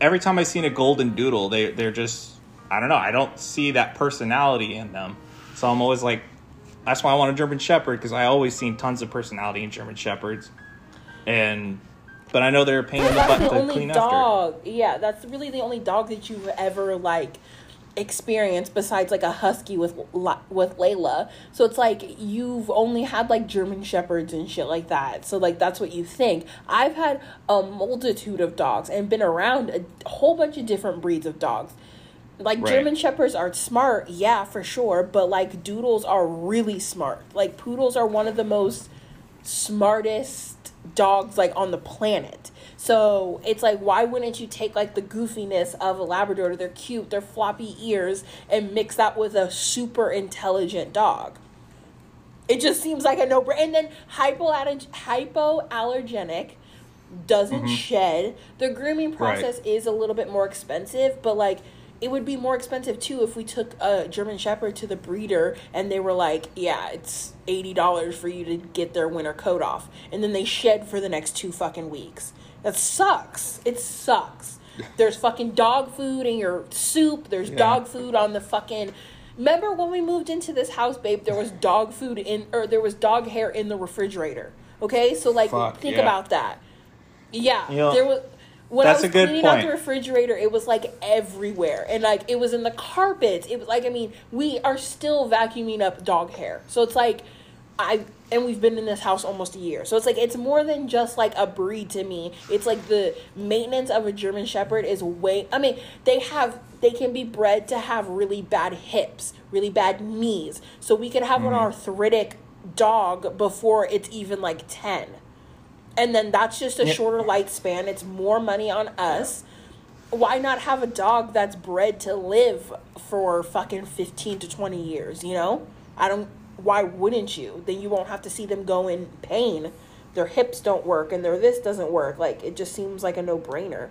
S5: every time I've seen a golden doodle, they they're just I don't know. I don't see that personality in them, so I'm always like, that's why I want a German Shepherd because I always seen tons of personality in German Shepherds, and but I know they're a pain in the
S2: that's
S5: butt
S2: the
S5: to
S2: only
S5: clean
S2: dog. Yeah, that's really the only dog that you ever like experienced besides like a husky with La- with Layla. So it's like you've only had like German shepherds and shit like that. So like that's what you think. I've had a multitude of dogs and been around a whole bunch of different breeds of dogs. Like
S5: Right.
S2: German shepherds are smart, yeah, for sure, but like doodles are really smart. Like poodles are one of the most smartest dogs like on the planet. So it's like why wouldn't you take like the goofiness of a Labrador, they're cute, they're floppy ears, and mix that with a super intelligent dog? It just seems like a no brainer. And then hypoallerg- hypoallergenic doesn't shed. The grooming
S5: Mm-hmm. Right.
S2: process is a little bit more expensive, but like it would be more expensive too if we took a German Shepherd to the breeder and they were like, yeah, it's $80 for you to get their winter coat off. And then they shed for the next two fucking weeks. That sucks. It sucks. There's fucking dog food in your soup. There's dog food on the fucking. Remember when we moved into this house, babe? There was dog food in, or there was dog hair in the refrigerator. Okay, so like,
S5: Fuck,
S2: think
S5: yeah.
S2: about that. Yeah,
S5: You know,
S2: there was. When
S5: that's
S2: I
S5: a
S2: was
S5: good
S2: cleaning out
S5: point.
S2: the refrigerator, it was like everywhere, and like it was in the carpets. It was like I mean, we are still vacuuming up dog hair, so it's like I and we've been in this house almost a year, so it's like it's more than just like a breed to me. It's like the maintenance of a German Shepherd is way. I mean, they have they can be bred to have really bad hips, really bad knees, so we could have an
S5: Mm-hmm.
S2: arthritic dog before it's even like ten and then that's just a shorter lifespan. It's more money on us. Why not have a dog that's bred to live for fucking 15 to 20 years, you know? I don't why wouldn't you? Then you won't have to see them go in pain. Their hips don't work and their this doesn't work. Like it just seems like a no-brainer.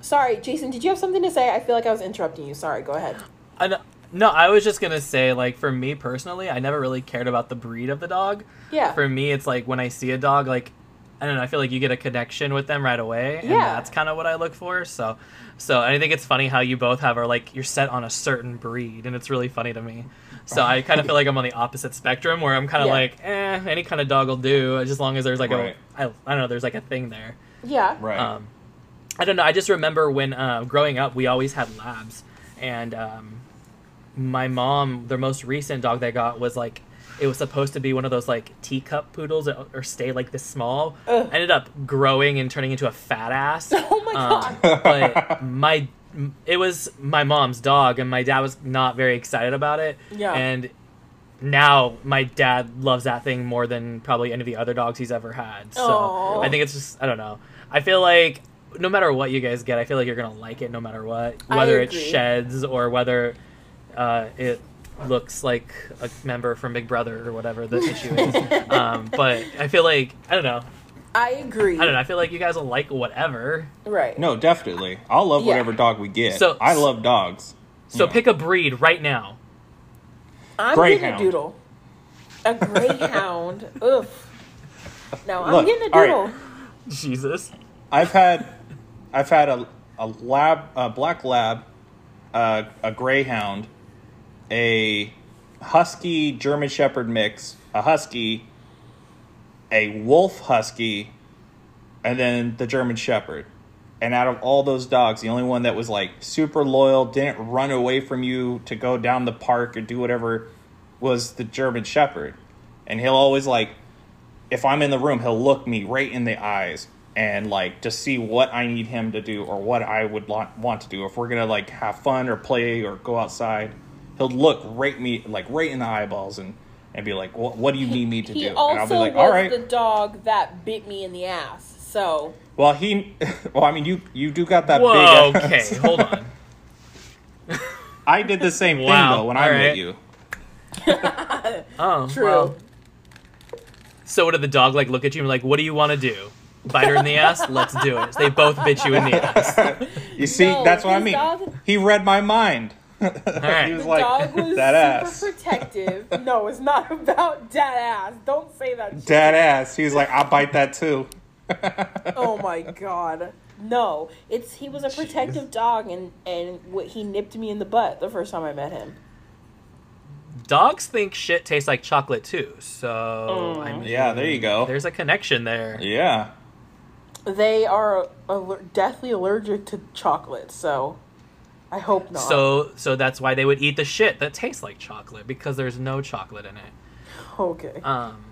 S2: Sorry, Jason, did you have something to say? I feel like I was interrupting you. Sorry, go ahead.
S3: I kn- no, I was just gonna say, like, for me personally, I never really cared about the breed of the dog.
S2: Yeah.
S3: For me, it's like when I see a dog, like, I don't know, I feel like you get a connection with them right away, and
S2: Yeah.
S3: that's kind of what I look for. So, so I think it's funny how you both have are like you're set on a certain breed, and it's really funny to me. So I kind of feel like I'm on the opposite spectrum, where I'm kind of
S2: Yeah.
S3: like, eh, any kind of dog will do, as long as there's like
S5: Right.
S3: a, I, I don't know, there's like a thing there.
S2: Yeah.
S5: after. Right.
S3: Um, I don't know. I just remember when uh, growing up, we always had labs, and um, my mom, their most recent dog they got was like, it was supposed to be one of those like teacup poodles that, or stay like this small. Ended up growing and turning into a fat ass.
S2: Oh my
S3: Um,
S2: god.
S3: but my it was my mom's dog, and my dad was not very excited about it.
S2: Yeah.
S3: And now my dad loves that thing more than probably any of the other dogs he's ever had. So
S7: Aw.
S3: I think it's just I don't know. I feel like no matter what you guys get, I feel like you're gonna like it no matter what,
S7: I
S3: whether it
S7: agree.
S3: sheds or whether uh, it looks like a member from Big Brother or whatever the issue is. Um, but I feel like I don't know.
S7: I agree.
S3: I don't know. I feel like you guys will like whatever.
S7: Right.
S5: No, definitely. I'll love
S7: Yeah.
S5: whatever dog we get.
S3: So-
S5: I love dogs.
S3: So
S5: Yeah.
S3: pick a breed right now.
S7: I'm
S5: Greyhound.
S7: getting a doodle. A greyhound. Ugh. No, I'm
S5: Look,
S7: getting a
S5: all right.
S7: doodle.
S3: Jesus.
S5: I've had, I've had a a lab, a black lab, uh, a greyhound, a husky German Shepherd mix, a husky, a wolf husky, and then the German Shepherd. And out of all those dogs, the only one that was like super loyal, didn't run away from you to go down the park or do whatever, was the German Shepherd. And he'll always like if I'm in the room, he'll look me right in the eyes and like just see what I need him to do or what I would lo- want to do. If we're gonna like have fun or play or go outside, he'll look right me like right in the eyeballs and and be like, "What what do you need me to
S7: He
S5: do?"
S7: also
S5: and I'll be like,
S7: was
S5: "All right."
S7: the dog that bit me in the ass. So
S5: Well, he well, I mean, you you do got that
S3: Whoa.
S5: big. ass.
S3: Okay. Hold on.
S5: I did the same
S3: Wow,
S5: thing though when I
S3: all
S5: met
S3: right.
S5: you.
S3: Oh.
S7: true.
S3: well. So what did the dog like look at you and be like, what do you want to do? Bite her in the ass? Let's do it. They both bit you in the ass.
S5: You see,
S7: No,
S5: that's what I
S7: his
S5: mean.
S7: dog-
S5: He read my mind.
S3: right.
S5: He was
S7: the
S5: like
S7: dog was
S5: that
S7: super
S5: ass.
S7: protective. No, it's not about dead ass. Don't say that. shit.
S5: Dead ass. He was like, I'll bite that too.
S7: Oh my god. No, it's he was a protective dog, and and what, he nipped me in the butt the first time I met him.
S3: Dogs think shit tastes like chocolate too. So I mean,
S5: Yeah, there you go.
S3: there's a connection there.
S5: Yeah.
S7: They are aller- deathly allergic to chocolate, so I hope not.
S3: So so that's why they would eat the shit that tastes like chocolate because there's no chocolate in it.
S7: okay,
S3: Um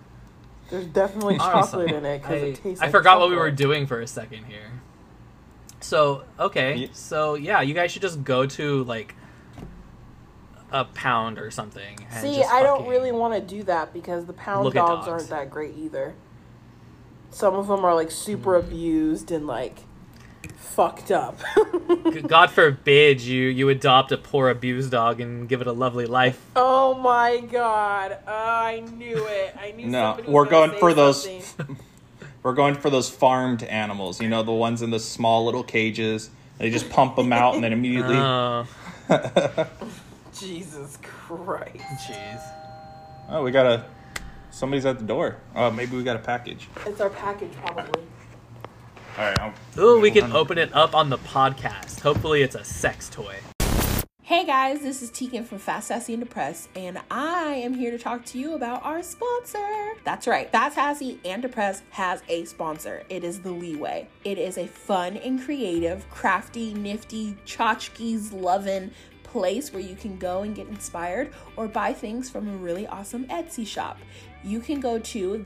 S7: there's definitely
S3: honestly,
S7: chocolate in it because
S3: I,
S7: it tastes.
S3: I
S7: like
S3: forgot what we were
S7: chocolate.
S3: doing for a second here. So, okay.
S5: Ye-
S3: So, yeah, you guys should just go to like a pound or something. and
S7: See,
S3: just
S7: I don't
S3: fucking-
S7: really want to do that because the pound
S3: Look at
S7: dogs,
S3: dogs.
S7: aren't that great either. Some of them are like
S3: Mm.
S7: super abused and like fucked up.
S3: G- God forbid you you adopt a poor abused dog and give it a lovely life.
S7: oh my god! Oh, I knew it. I knew.
S5: No,
S7: somebody was
S5: we're
S7: gonna
S5: going
S7: say
S5: for those-
S7: something.
S5: We're going for those farmed animals, you know, the ones in the small little cages. They just pump them out and then immediately.
S3: Oh,
S7: Jesus Christ!
S3: jeez.
S5: oh, we got a. Somebody's at the door. Oh, maybe we got a package.
S7: It's our package, probably.
S5: All right. I'm-
S3: Ooh, we can open it up on the podcast. Hopefully, it's a sex toy.
S7: Hey guys, this is Tegan from Fast Sassy and Depressed, and I am here to talk to you about our sponsor. That's right, Fast Sassy and Depressed has a sponsor. It is The Leeway. It is a fun and creative, crafty, nifty, tchotchkes loving place where you can go and get inspired or buy things from a really awesome Etsy shop. You can go to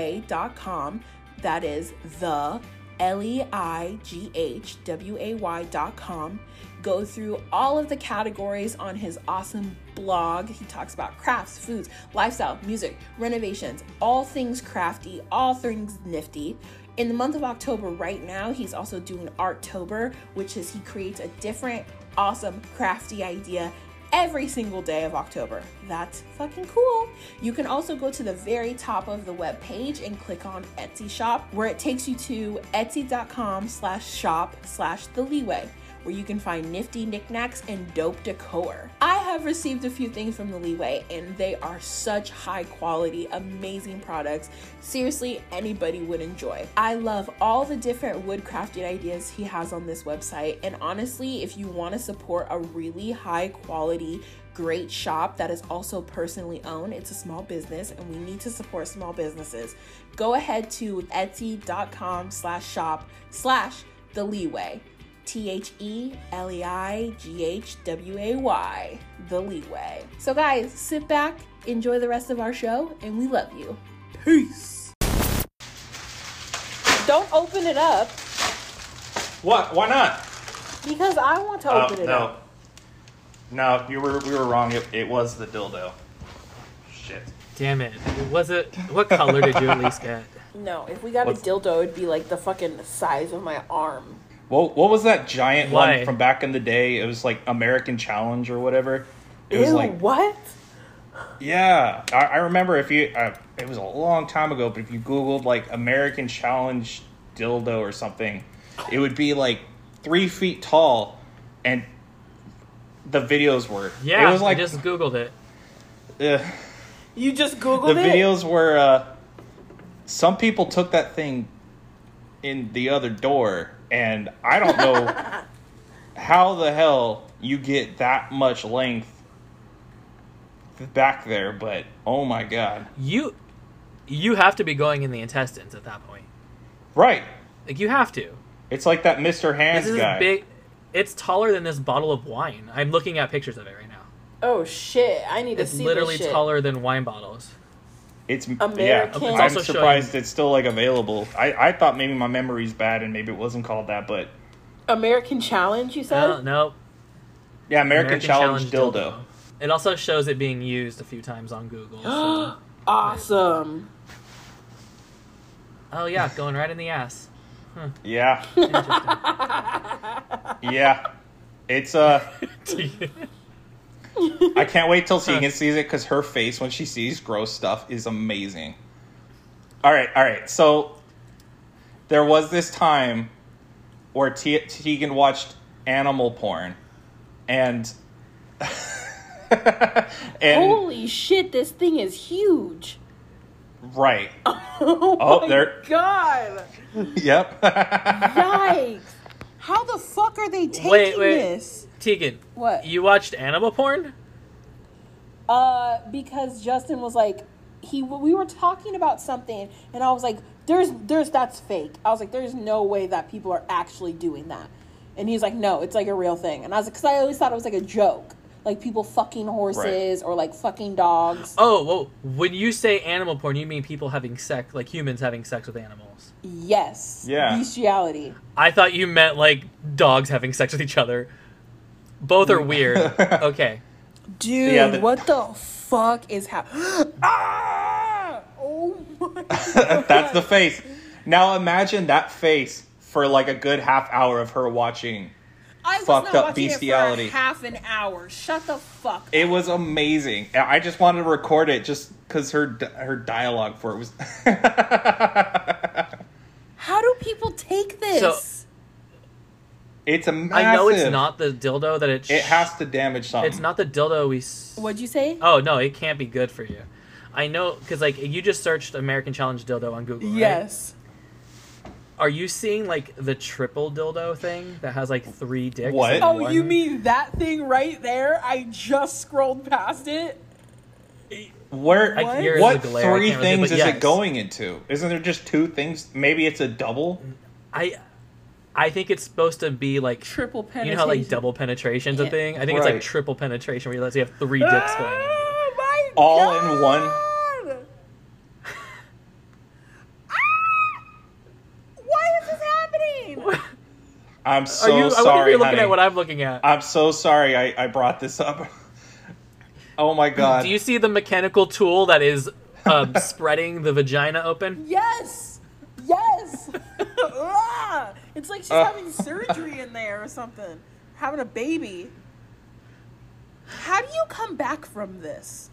S7: theleeway.com. That is the L E I G H W A Y dot com. Go through all of the categories on his awesome blog. He talks about crafts, foods, lifestyle, music, renovations, all things crafty, all things nifty. In the month of October, right now, he's also doing Arttober, which is he creates a different, awesome, crafty idea every single day of October. That's fucking cool. You can also go to the very top of the web page and click on Etsy shop where it takes you to etsy.com slash shop slash the leeway where you can find nifty knickknacks and dope decor. I have received a few things from the Leeway and they are such high quality, amazing products. Seriously, anybody would enjoy. I love all the different wood crafted ideas he has on this website, and honestly, if you want to support a really high quality, great shop that is also personally owned. It's a small business and we need to support small businesses. Go ahead to etsy.com slash shop slash the leeway. T H E L E I G H W A Y, the leeway. So, guys, sit back, enjoy the rest of our show, and we love you. Peace. Don't open it up
S5: What? Why not?
S7: because I want to
S5: Oh,
S7: open it
S5: no.
S7: up.
S5: No, you were we were wrong. It, it was the dildo. shit.
S3: Damn it. Was it what color did you at least get?
S7: No, if we got
S5: What's-
S7: a dildo, it'd be like the fucking size of my arm.
S5: What what was that giant
S3: Why?
S5: one from back in the day? It was like American Challenge or whatever. It was
S7: Ew,
S5: like
S7: what?
S5: yeah, I, I remember if you uh, it was a long time ago, but if you googled like American Challenge dildo or something, it would be like three feet tall, and the videos were
S3: Yeah,
S5: it was like
S3: I just googled it.
S5: ugh.
S7: You just
S5: the
S7: googled it.
S5: videos were uh, some people took that thing in the other door and i don't know how the hell you get that much length back there but oh my god
S3: You you have to be going in the intestines at that point.
S5: right
S3: Like you have to.
S5: it's like that mr hands
S3: This is
S5: guy
S3: big it's taller than this bottle of wine. I'm looking at pictures of it right now.
S7: Oh shit! I need to
S3: It's
S7: see
S3: literally
S7: this shit.
S3: taller than wine bottles.
S5: it's yeah
S7: American. It's
S5: i'm
S3: also
S5: surprised
S3: showing-
S5: it's still like available I, I thought maybe my memory's bad and maybe it wasn't called that but
S7: American Challenge, you said?
S3: No, no.
S5: yeah american, challenge, dildo.
S3: It also shows it being used a few times on Google. so-
S7: Awesome.
S3: Oh yeah, going right in the ass.
S5: Yeah. yeah. It's uh I can't wait till Tegan sees it because her face when she sees gross stuff is amazing. All right, all right. So there was this time where Te- Tegan watched animal porn, and and
S7: Holy shit! This thing is huge.
S5: right,
S7: Oh,
S5: Oh,
S7: my
S5: there-
S7: God!
S5: yep.
S7: Yikes! How the fuck are they taking
S3: Wait, wait.
S7: this?
S3: Tegan,
S7: What?
S3: you watched animal porn?
S7: Uh, because Justin was like, he we were talking about something, and I was like, "There's, there's that's fake." I was like, "There's no way that people are actually doing that," and he's like, "No, it's like a real thing." And I was like, "Cause I always thought it was like a joke, like people fucking horses or like fucking dogs."
S3: Oh, whoa. When you say animal porn, you mean people having sex, like humans having sex with animals.
S7: Yes.
S5: Yeah.
S7: Bestiality.
S3: I thought you meant like dogs having sex with each other. Both are weird. okay.
S7: Dude,
S5: Yeah, the-
S7: what the fuck is happening? ah! Oh my god.
S5: That's the face. Now imagine that face for like a good half hour of her watching
S7: I was
S5: fucked
S7: not
S5: up
S7: watching it for
S5: bestiality.
S7: half an hour. Shut the fuck
S5: It was amazing. And I just wanted to record it just because her her dialogue for it was.
S7: How do people take this?
S5: it's a massive.
S3: I know it's not the dildo that it.
S5: It has to damage something.
S3: It's not the dildo we. s-
S7: What'd you say?
S3: Oh no, it can't be good for you. I know because like you just searched American Challenge dildo on Google. right?
S2: Yes.
S3: Are you seeing like the triple dildo thing that has like three dicks?
S5: What?
S3: in
S7: oh,
S3: one?
S7: you mean that thing right there? I just scrolled past it.
S5: Where
S3: I can hear
S5: what
S3: the glare, I
S5: three
S3: can't really-
S5: things
S3: but
S5: is
S3: yes.
S5: it going into? Isn't there just two things? Maybe it's a double.
S3: I, I think it's supposed to be like
S7: Triple penetration.
S3: you know how like double penetration's a thing. I think it's like
S5: Right.
S3: triple penetration where you let you have three dicks going. in.
S7: Oh my
S5: All
S7: god.
S5: in one?
S7: Ah! Why is this happening?
S5: I'm
S3: Are
S5: so
S3: you? I wonder if
S5: sorry,
S3: you're looking
S5: honey.
S3: at what I'm looking at.
S5: I'm so sorry. I I brought this up. oh my god.
S3: Do you see the mechanical tool that is um, spreading the vagina open?
S7: Yes! Yes! Ah! it's like she's
S5: Uh.
S7: having surgery in there or something. Having a baby. How do you come back from this?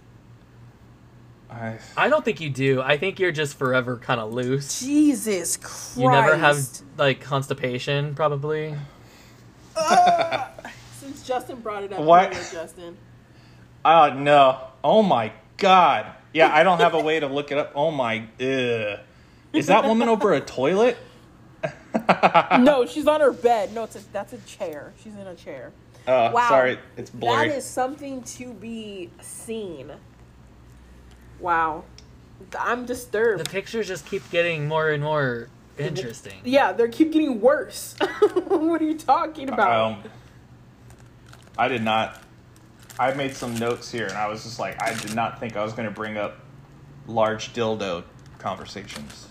S5: I-
S3: I don't think you do. I think you're just forever kind of loose.
S7: Jesus Christ.
S3: You never have like constipation, probably.
S7: Since Justin brought it up,
S5: What?
S7: earlier, Justin.
S5: Oh no! Oh my god! Yeah, I don't have a way to look it up. Oh my! Ugh. Is that woman over a toilet? Uh,
S7: no, she's on her bed. No, it's a, that's a chair. She's in a chair.
S5: Oh,
S7: Wow.
S5: sorry, it's blurry.
S7: That is something to be seen. Wow. I'm disturbed.
S3: The pictures just keep getting more and more interesting.
S7: Yeah, they keep getting worse. what are you talking about?
S5: um, I did not. I made some notes here, and I was just like, I did not think I was going to bring up large dildo conversations.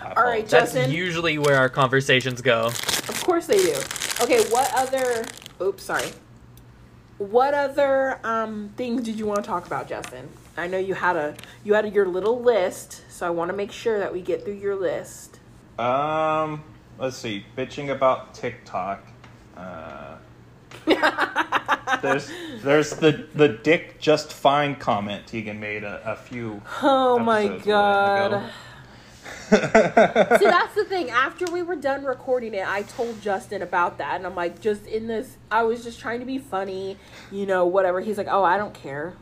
S5: I
S7: All right,
S5: apologize.
S3: That's
S7: Justin.
S3: usually where our conversations go.
S7: Of course they do. Okay, what other? Oops, sorry. What other um things did you want to talk about, Justin?
S2: I know you had a you had your little list, so I want to make sure that we get through your list.
S5: Um, let's see. Bitching about TikTok. Uh, there's there's the the dick just fine comment Tegan made a, a few.
S2: Oh my
S5: episodes
S2: god.
S7: See, that's the thing. After we were done recording it, I told Justin about that, and I'm like, just in this, I was just trying to be funny, you know, whatever. He's like, oh, I don't care,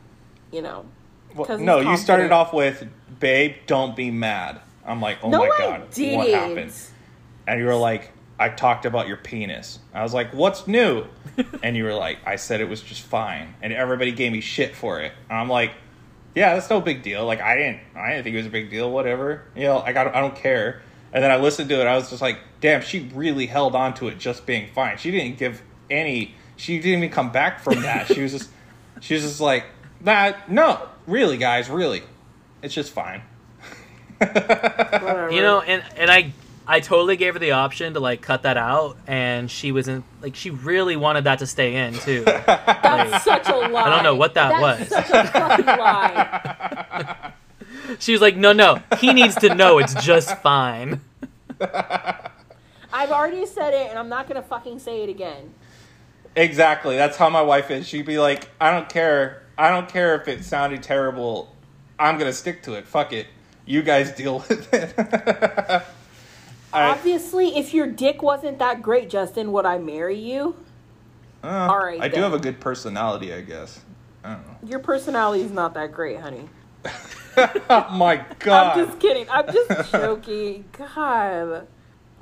S7: you know.
S5: Well,
S2: 'Cause he's
S5: no, you started
S2: confident.
S5: off with, "Babe, don't be mad." I'm like, "Oh
S7: no,
S5: my
S7: I
S5: god,
S7: didn't.
S5: what happened?" And you were like, "I talked about your penis." I was like, "What's new?" and you were like, "I said it was just fine," and everybody gave me shit for it. And I'm like, "Yeah, that's no big deal." Like, I didn't, I didn't think it was a big deal. Whatever, you know, like I don't, I don't care. And then I listened to it. I was just like, "Damn, she really held on to it just being fine. She didn't give any. She didn't even come back from that. she was just." She was just like, nah, no, really, guys, really. It's just fine.
S2: Whatever.
S3: Uh, you know and and i i totally gave her the option to like cut that out and she wasn't like she really wanted that to stay in too
S7: That's such a lie.
S3: don't know what that was.
S7: That's Such a fucking lie.
S3: she was like no no he needs to know it's just fine
S7: I've already said it, and I'm not gonna fucking say it again.
S5: Exactly. That's how my wife is. She'd be like, I don't care. I don't care if it sounded terrible. I'm going to stick to it. Fuck it. You guys deal with it. I,
S7: Obviously, if your dick wasn't that great, Justin, would I marry you?
S5: uh,
S7: all right,
S5: I do
S7: then.
S5: have a good personality, I guess. I don't know.
S2: your personality is not that great, honey.
S5: Oh my god.
S7: I'm just kidding. I'm just
S2: Jokey, God.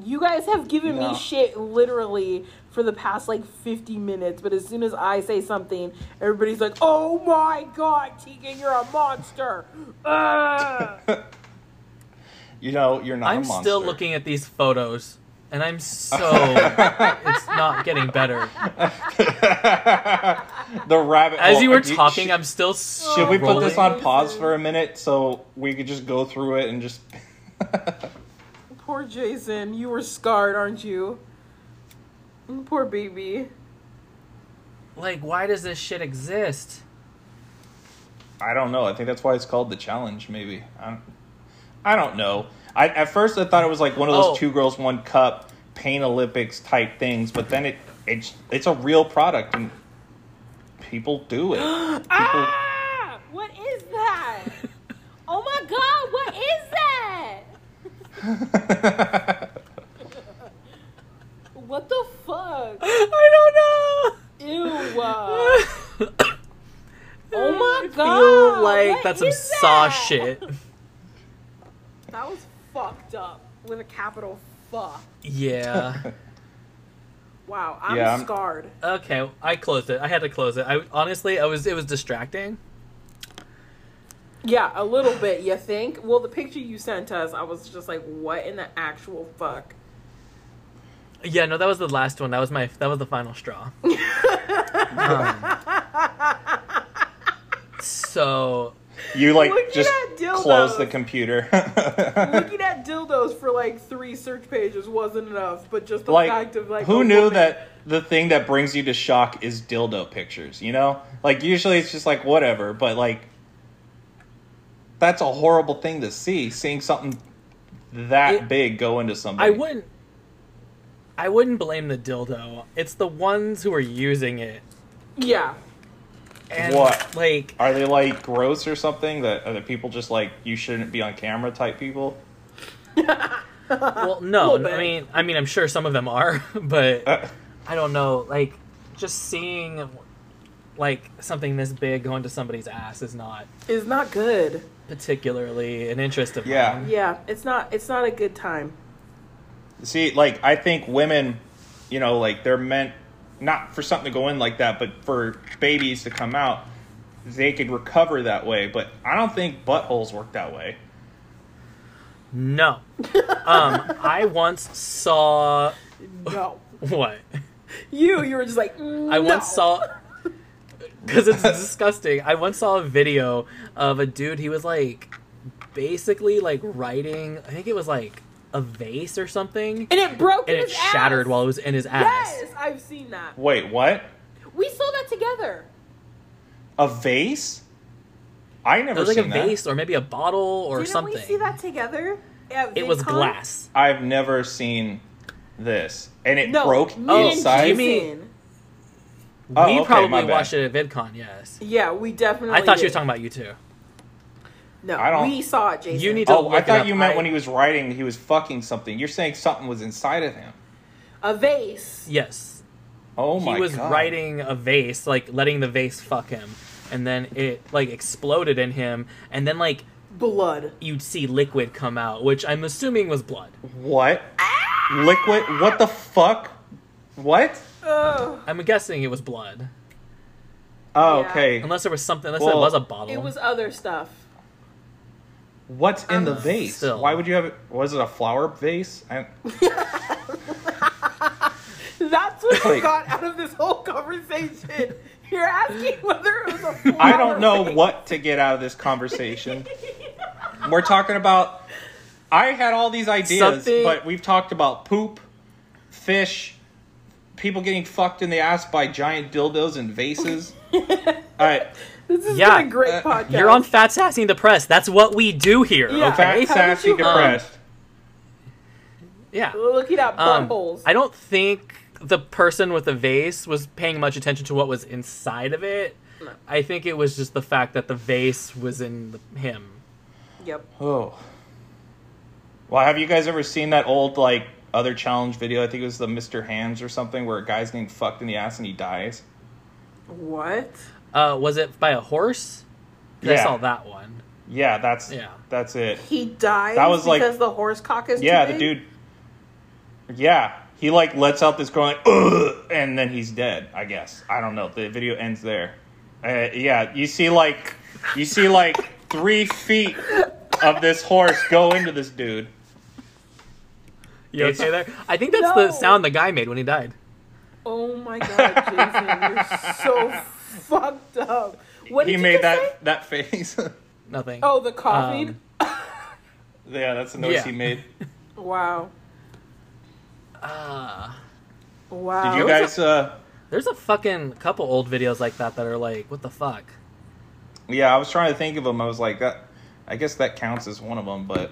S2: You guys have given
S5: No.
S2: me shit literally for the past like 50 minutes, but as soon as I say something, everybody's like, oh my god, Tegan, you're a monster. Ah.
S5: you know, you're not a
S3: i'm
S5: monster.
S3: still looking at these photos and i'm so it's not getting better
S5: the rabbit
S3: as
S5: hole-
S3: you were
S5: if
S3: talking
S5: sh-
S3: i'm still
S5: Should we put this
S3: scrolling.
S5: on pause for a minute so we could just go through it and just
S2: Poor Jason, you were scarred, aren't you? Poor baby.
S3: like why does this shit exist
S5: I don't know. I think that's why it's called the challenge. Maybe I don't, I don't know. I at first I thought it was like one of those
S3: Oh.
S5: two girls one cup pain Olympics type things, but then it it's it's a real product and people do it. People,
S7: Ah, what is that? Oh my god, what is that? What the fuck?
S3: i
S7: Ew.
S3: don't know
S7: Oh my god.
S3: feel like
S7: what
S3: that's some
S7: is
S3: saw
S7: that?
S3: shit
S7: That was fucked up with a capital fuck.
S3: yeah
S2: Wow, I'm
S5: Yeah, I'm-
S2: scarred.
S3: Okay, I closed it. I had to close it. I honestly, I was it was distracting.
S2: Yeah, a little bit, you think? Well, the picture you sent us, I was just like, what in the actual fuck?
S3: Yeah, no, that was the last one. That was my that was the final straw. Um, so
S5: you like
S2: Look at
S5: just
S2: that dildo.
S5: close the computer.
S2: Looking at dildos for like three search pages wasn't enough, but just the fact
S5: like
S2: of like
S5: who
S2: a
S5: knew
S2: woman-
S5: that the thing that brings you to shock is dildo pictures you know like usually it's just like whatever but like that's a horrible thing to see seeing something that
S3: It-
S5: big go into somebody
S3: I wouldn't I wouldn't blame the dildo. It's the ones who are using it.
S2: Yeah,
S3: And
S5: What?
S3: like
S5: are they like gross or something that are the people just like you shouldn't be on camera type people
S3: well no
S2: Little
S3: i
S2: bit.
S3: mean i mean i'm sure some of them are but
S5: Uh,
S3: i don't know like just seeing like something this big go into somebody's ass is not
S2: it's not good.
S3: particularly an interest of
S5: Yeah.
S3: mine.
S2: Yeah, it's not. It's not a good time.
S5: See, like I think women, you know, like they're meant not for something to go in like that, but for babies to come out, they could recover that way. But I don't think buttholes work that way.
S3: no um i once saw
S2: No,
S3: what
S2: you. You were just like. mm,
S3: I
S2: no.
S3: once saw because it's disgusting. I once saw a video of a dude. He was like basically like writing. I think it was like a vase or something,
S7: And it broke
S3: and
S7: in
S3: it
S7: his ass.
S3: shattered while it was in his ass.
S2: Yes, I've seen that.
S5: Wait, what?
S7: We saw that together.
S5: A vase? I
S3: It
S5: never
S3: was like a
S5: seen that.
S3: vase or maybe a bottle or
S2: Didn't
S3: something.
S2: we see that together? at
S3: It was
S2: VidCon?
S3: glass.
S5: I've never seen this, and it
S2: No,
S5: broke
S2: me
S3: Oh,
S2: and
S5: inside.
S3: Jimmy-
S2: Jason.
S5: Oh,
S3: we
S5: okay, my
S3: probably
S5: bad.
S3: watched it at VidCon. Yes,
S2: Yeah, we definitely.
S3: I thought she
S2: did.
S3: was talking about you too.
S2: No,
S5: I don't-
S2: we saw it, Jason.
S3: You need to-
S5: Oh, I
S3: look it
S5: thought
S3: up.
S5: you meant
S3: I-
S5: when he was writing, he was fucking something. You're saying something was inside of him.
S2: a vase.
S3: Yes,
S5: Oh my
S3: he was
S5: God.
S3: riding a vase, like letting the vase fuck him, and then it like exploded in him, and then like
S2: Blood.
S3: you'd see liquid come out, which I'm assuming was blood.
S5: What? Liquid? What the fuck? What?
S2: Ugh.
S3: I'm guessing it was blood,
S5: Oh,
S2: Yeah.
S5: okay.
S3: unless there was something. Unless
S5: Well,
S3: there was a bottle.
S5: Mm.
S2: It was other stuff.
S5: What's in the
S2: Um,
S5: vase?
S3: still.
S5: Why would you have it? Was it a flower vase? I,
S2: That's what I
S5: Wait.
S2: got out of this whole conversation. You're asking whether it was a flower
S5: I don't know
S2: vase.
S5: what to get out of this conversation. We're talking about. I had all these ideas,
S3: Something-
S5: but we've talked about poop, fish, people getting fucked in the ass by giant dildos and vases. all right,
S2: This has
S3: Yeah,
S2: been a great
S5: uh,
S2: podcast.
S3: You're on Fat Sassy and Depressed. That's what we do here.
S2: Yeah.
S5: fat,
S2: How did
S3: Okay.
S5: sassy,
S2: you- um,
S5: depressed.
S3: Yeah.
S2: looking at
S3: Um,
S2: buttholes.
S3: I don't think the person with the vase was paying much attention to what was inside of it. I think it was just the fact that the vase was in the, him.
S2: yep.
S5: Oh. Well, have you guys ever seen that old like other challenge video? I think it was the Mr. Hands or something, where a guy's getting fucked in the ass and he dies.
S2: What?
S3: Uh, was it by a horse? 'Cause I
S5: Yeah.
S3: saw that one.
S5: Yeah, that's
S3: Yeah.
S5: that's it.
S2: He died
S5: That was like-
S2: because the horse cock is
S5: Yeah,
S2: too
S5: the
S2: big?
S5: dude. Yeah, he like lets out this groan, like, Ugh, and then he's dead. I guess I don't know. The video ends there. Uh, yeah, you see like you see like three feet of this horse go into this dude.
S3: You
S5: It's-
S3: okay there? I think
S2: No.
S3: that's the sound the guy made when he died.
S2: Oh my god, Jason, you're so fucked up. What did
S5: he
S2: you just
S5: made that
S2: say?
S5: that face.
S3: Nothing.
S2: Oh, the coughing.
S3: Um,
S5: yeah, that's the noise
S3: Yeah.
S5: he made.
S2: wow.
S3: Uh,
S2: Wow.
S5: Did you
S3: was
S5: guys? Uh,
S3: there's a fucking couple old videos like that that are like, what the fuck?
S5: yeah, I was trying to think of them. I was like, that. I guess that counts as one of them, but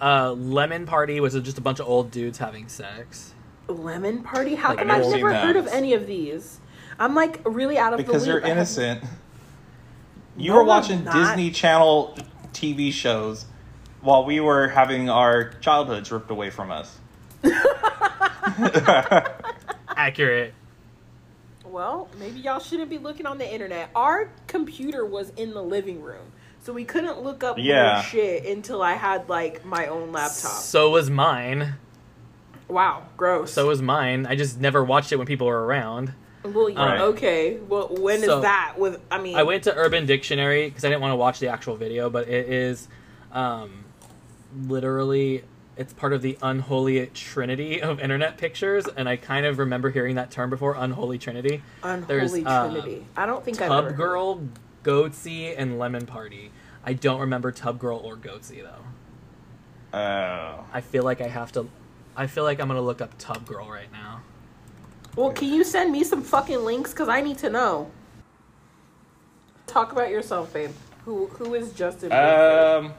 S3: Uh, Lemon Party was just a bunch of old dudes having sex.
S2: Lemon party? How
S3: Like,
S2: come
S5: I've
S2: I've
S5: never
S2: never
S5: seen that.
S2: heard of any of these? I'm like really out of
S5: because
S2: the
S5: you're
S2: loop. I haven't-
S5: innocent. You
S2: No,
S5: were
S2: I'm
S5: watching
S2: not.
S5: Disney Channel TV shows while we were having our childhoods ripped away from us.
S3: Accurate.
S2: Well, maybe y'all shouldn't be looking on the internet. Our computer was in the living room, so we couldn't look up
S5: Yeah.
S2: weird shit until I had like my own laptop.
S3: So was mine.
S2: Wow, gross.
S3: So was mine. I just never watched it when people were around.
S2: well, yeah,
S5: Right.
S2: okay. Well, when is
S3: So-
S2: that? With I mean,
S3: I went to Urban Dictionary because I didn't want to watch the actual video, but it is um, literally it's part of the unholy trinity of internet pictures, and I kind of remember hearing that term before, unholy trinity. there's,
S2: unholy
S3: um,
S2: trinity. I don't think I've ever
S3: Tub Girl, Goatsy, and Lemon Party. I don't remember Tub Girl or Goatsy though.
S5: Oh.
S3: I feel like I have to. I feel like I'm gonna look up Tub Girl right now.
S2: Well, can you send me some fucking links? Because I need to know. Talk about yourself, babe. Who who is Justin?
S3: Uh,
S2: Bieber?
S5: Um.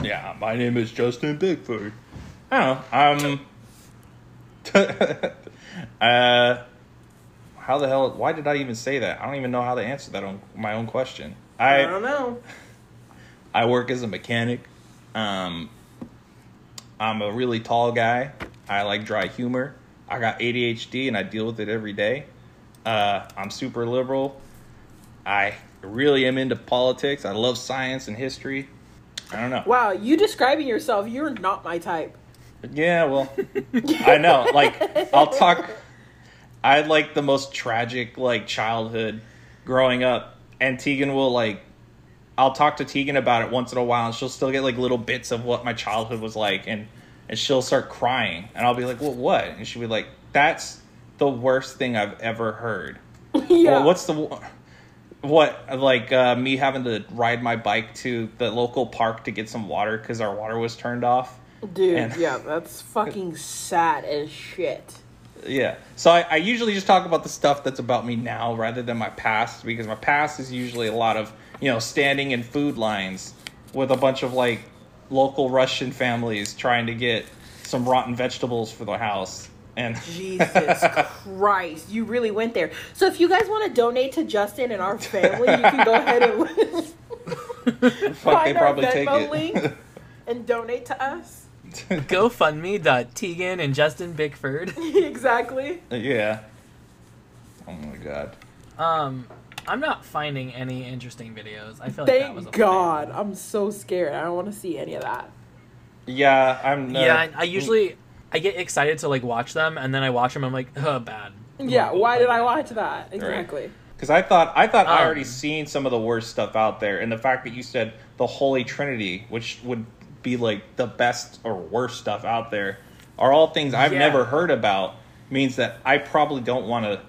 S5: Yeah, my name is Justin Bigford. I don't know. Um. uh. How the hell? Why did I even say that? I don't even know how to answer that on my own question.
S2: I,
S5: I
S2: don't know.
S5: I work as a mechanic. Um, I'm a really tall guy. I like dry humor. I got ADHD and I deal with it every day. Uh, I'm super liberal. I really am into politics. I love science and history. I don't know.
S2: Wow, you describing yourself, you're not my type.
S5: Yeah, well, I know. Like, I'll talk. I had like the most tragic like childhood growing up, and Tegan will like. I'll talk to Tegan about it once in a while, and she'll still get like little bits of what my childhood was like, and and she'll start crying, and I'll be like, "Well, what?" And she'll be like, "That's the worst thing I've ever heard."
S2: yeah.
S5: Well, what's the wo- what like uh, me having to ride my bike to the local park to get some water because our water was turned off?
S2: Dude,
S5: and-
S2: yeah, that's fucking sad as shit.
S5: Yeah. So I, I usually just talk about the stuff that's about me now rather than my past because my past is usually a lot of you know, standing in food lines with a bunch of like local Russian families trying to get some rotten vegetables for their house. And
S7: Jesus Christ, you really went there. So if you guys want to donate to Justin and our family, you can go ahead and
S5: fuck, they
S7: find our
S5: probably
S7: Venmo
S5: take it.
S7: link and donate to us.
S3: GoFundMe.Tegan and Justin Bickford.
S7: exactly.
S5: yeah. Oh my god.
S3: Um, I'm not finding any interesting videos. I feel like that was a
S7: Thank God. I'm so scared. I don't want to see any of that.
S5: Yeah, I'm. Uh,
S3: Yeah, I, I usually I get excited to like watch them, and then I watch them. I'm like, oh, bad.
S7: Yeah, why did I watch that? Exactly.
S5: Because I thought I thought I
S3: Um,
S5: already seen some of the worst stuff out there, and the fact that you said the Holy Trinity, which would be like the best or worst stuff out there, are all things I've
S3: Yeah.
S5: never heard about, means that I probably don't want to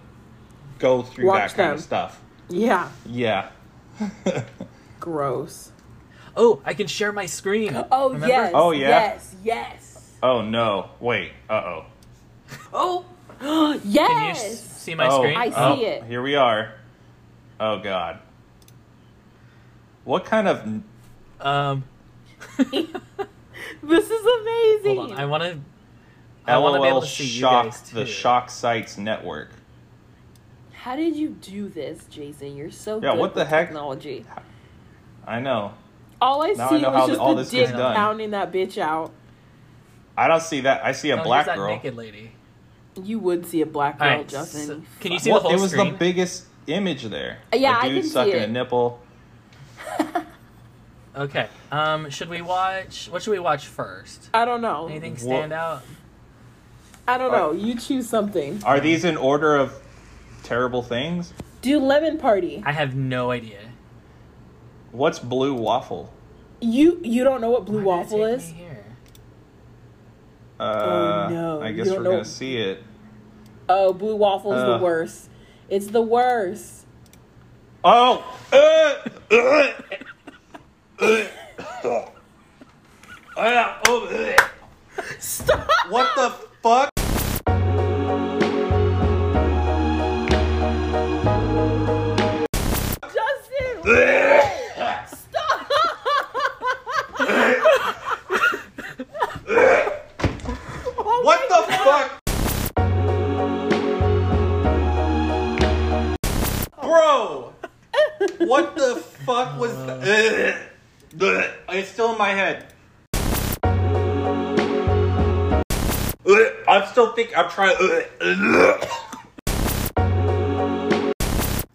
S5: go through
S7: Watch
S5: that kind
S7: them.
S5: of stuff.
S7: Yeah,
S5: Yeah.
S7: gross.
S3: Oh, I can share my screen.
S7: Oh
S3: Remember?
S7: yes.
S5: Oh, yeah?
S7: Yes. Yes.
S5: Oh no! Wait. Uh oh.
S7: Oh.
S3: Can you
S7: yes.
S3: s- see my
S5: oh,
S3: screen?
S7: I
S5: oh,
S7: see it.
S5: Here we are. Oh god. What kind of?
S3: Um,
S7: this is amazing.
S3: hold on. I oh, want to. I want to be
S5: LOL
S3: able to see
S5: shock
S3: you guys too.
S5: the shock sites network.
S7: How did you do this, Jason? You're so
S5: Yeah,
S7: good
S5: what the
S7: with
S5: heck?
S7: technology.
S5: I know.
S7: All I
S5: Now I
S7: see
S5: know
S7: was
S5: how
S7: just
S5: all
S7: the
S5: this gets
S7: dick
S5: done.
S7: pounding that bitch out.
S5: I don't see that. I see a
S3: Oh,
S5: black
S3: here's that
S5: girl.
S3: naked lady.
S7: You would see a black girl,
S3: All right,
S7: Justin.
S3: so-
S7: you
S3: can you
S7: fuck.
S3: see
S5: What?
S3: the whole
S5: it was
S3: screen?
S5: the biggest image there.
S7: Uh, Yeah,
S5: a
S7: I
S5: dude
S7: can see
S5: sucking
S7: it.
S5: a nipple.
S3: Okay. Um, should we watch? What should we watch first?
S7: I don't know.
S3: Anything
S5: Wha-
S3: stand out?
S7: I don't know. You choose something.
S5: Are these in order of terrible things?
S7: Do lemon party.
S3: I have no idea.
S5: What's blue waffle?
S7: You you don't know what blue
S3: Why did it
S7: waffle
S3: take
S7: is?
S3: me here?
S5: Uh,
S7: Oh, no,
S5: I
S7: you
S5: guess
S7: don't
S5: we're
S7: know.
S5: gonna see it.
S7: Oh, blue waffle is
S5: Ugh.
S7: the worst. It's the worst.
S5: Oh. Uh, uh, uh. Uh, oh, uh.
S7: Stop.
S5: What the fuck?
S7: Justin, wait. stop.
S5: What the fuck? Bro! What the fuck was that? It's still in my head. Uh, I'm still thinking, I'm trying. uh, uh,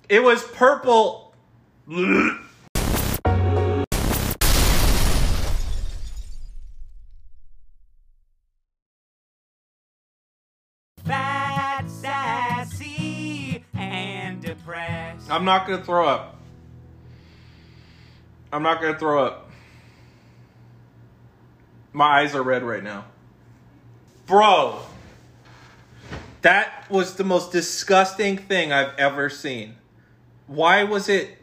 S5: It was purple.
S1: Fat, sassy, and depressed.
S5: I'm not gonna throw up. I'm not gonna throw up. My eyes are red right now. Bro, that was the most disgusting thing I've ever seen. Why was it?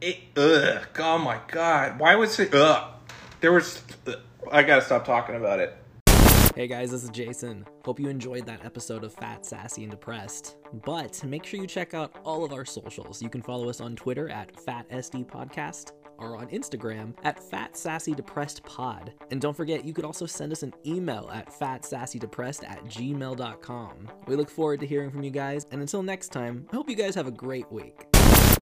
S5: It ugh. Oh my god. Why was it? Ugh. There was. ugh. I gotta stop talking about it.
S9: Hey guys, this is Jason. Hope you enjoyed that episode of Fat, Sassy, and Depressed. But make sure you check out all of our socials. You can follow us on Twitter at FatSD Podcast or on Instagram at Fat Sassy Depressed Pod. And don't forget, you could also send us an email at fatsassydepressed at gmail.com. We look forward to hearing from you guys, and until next time, I hope you guys have a great week.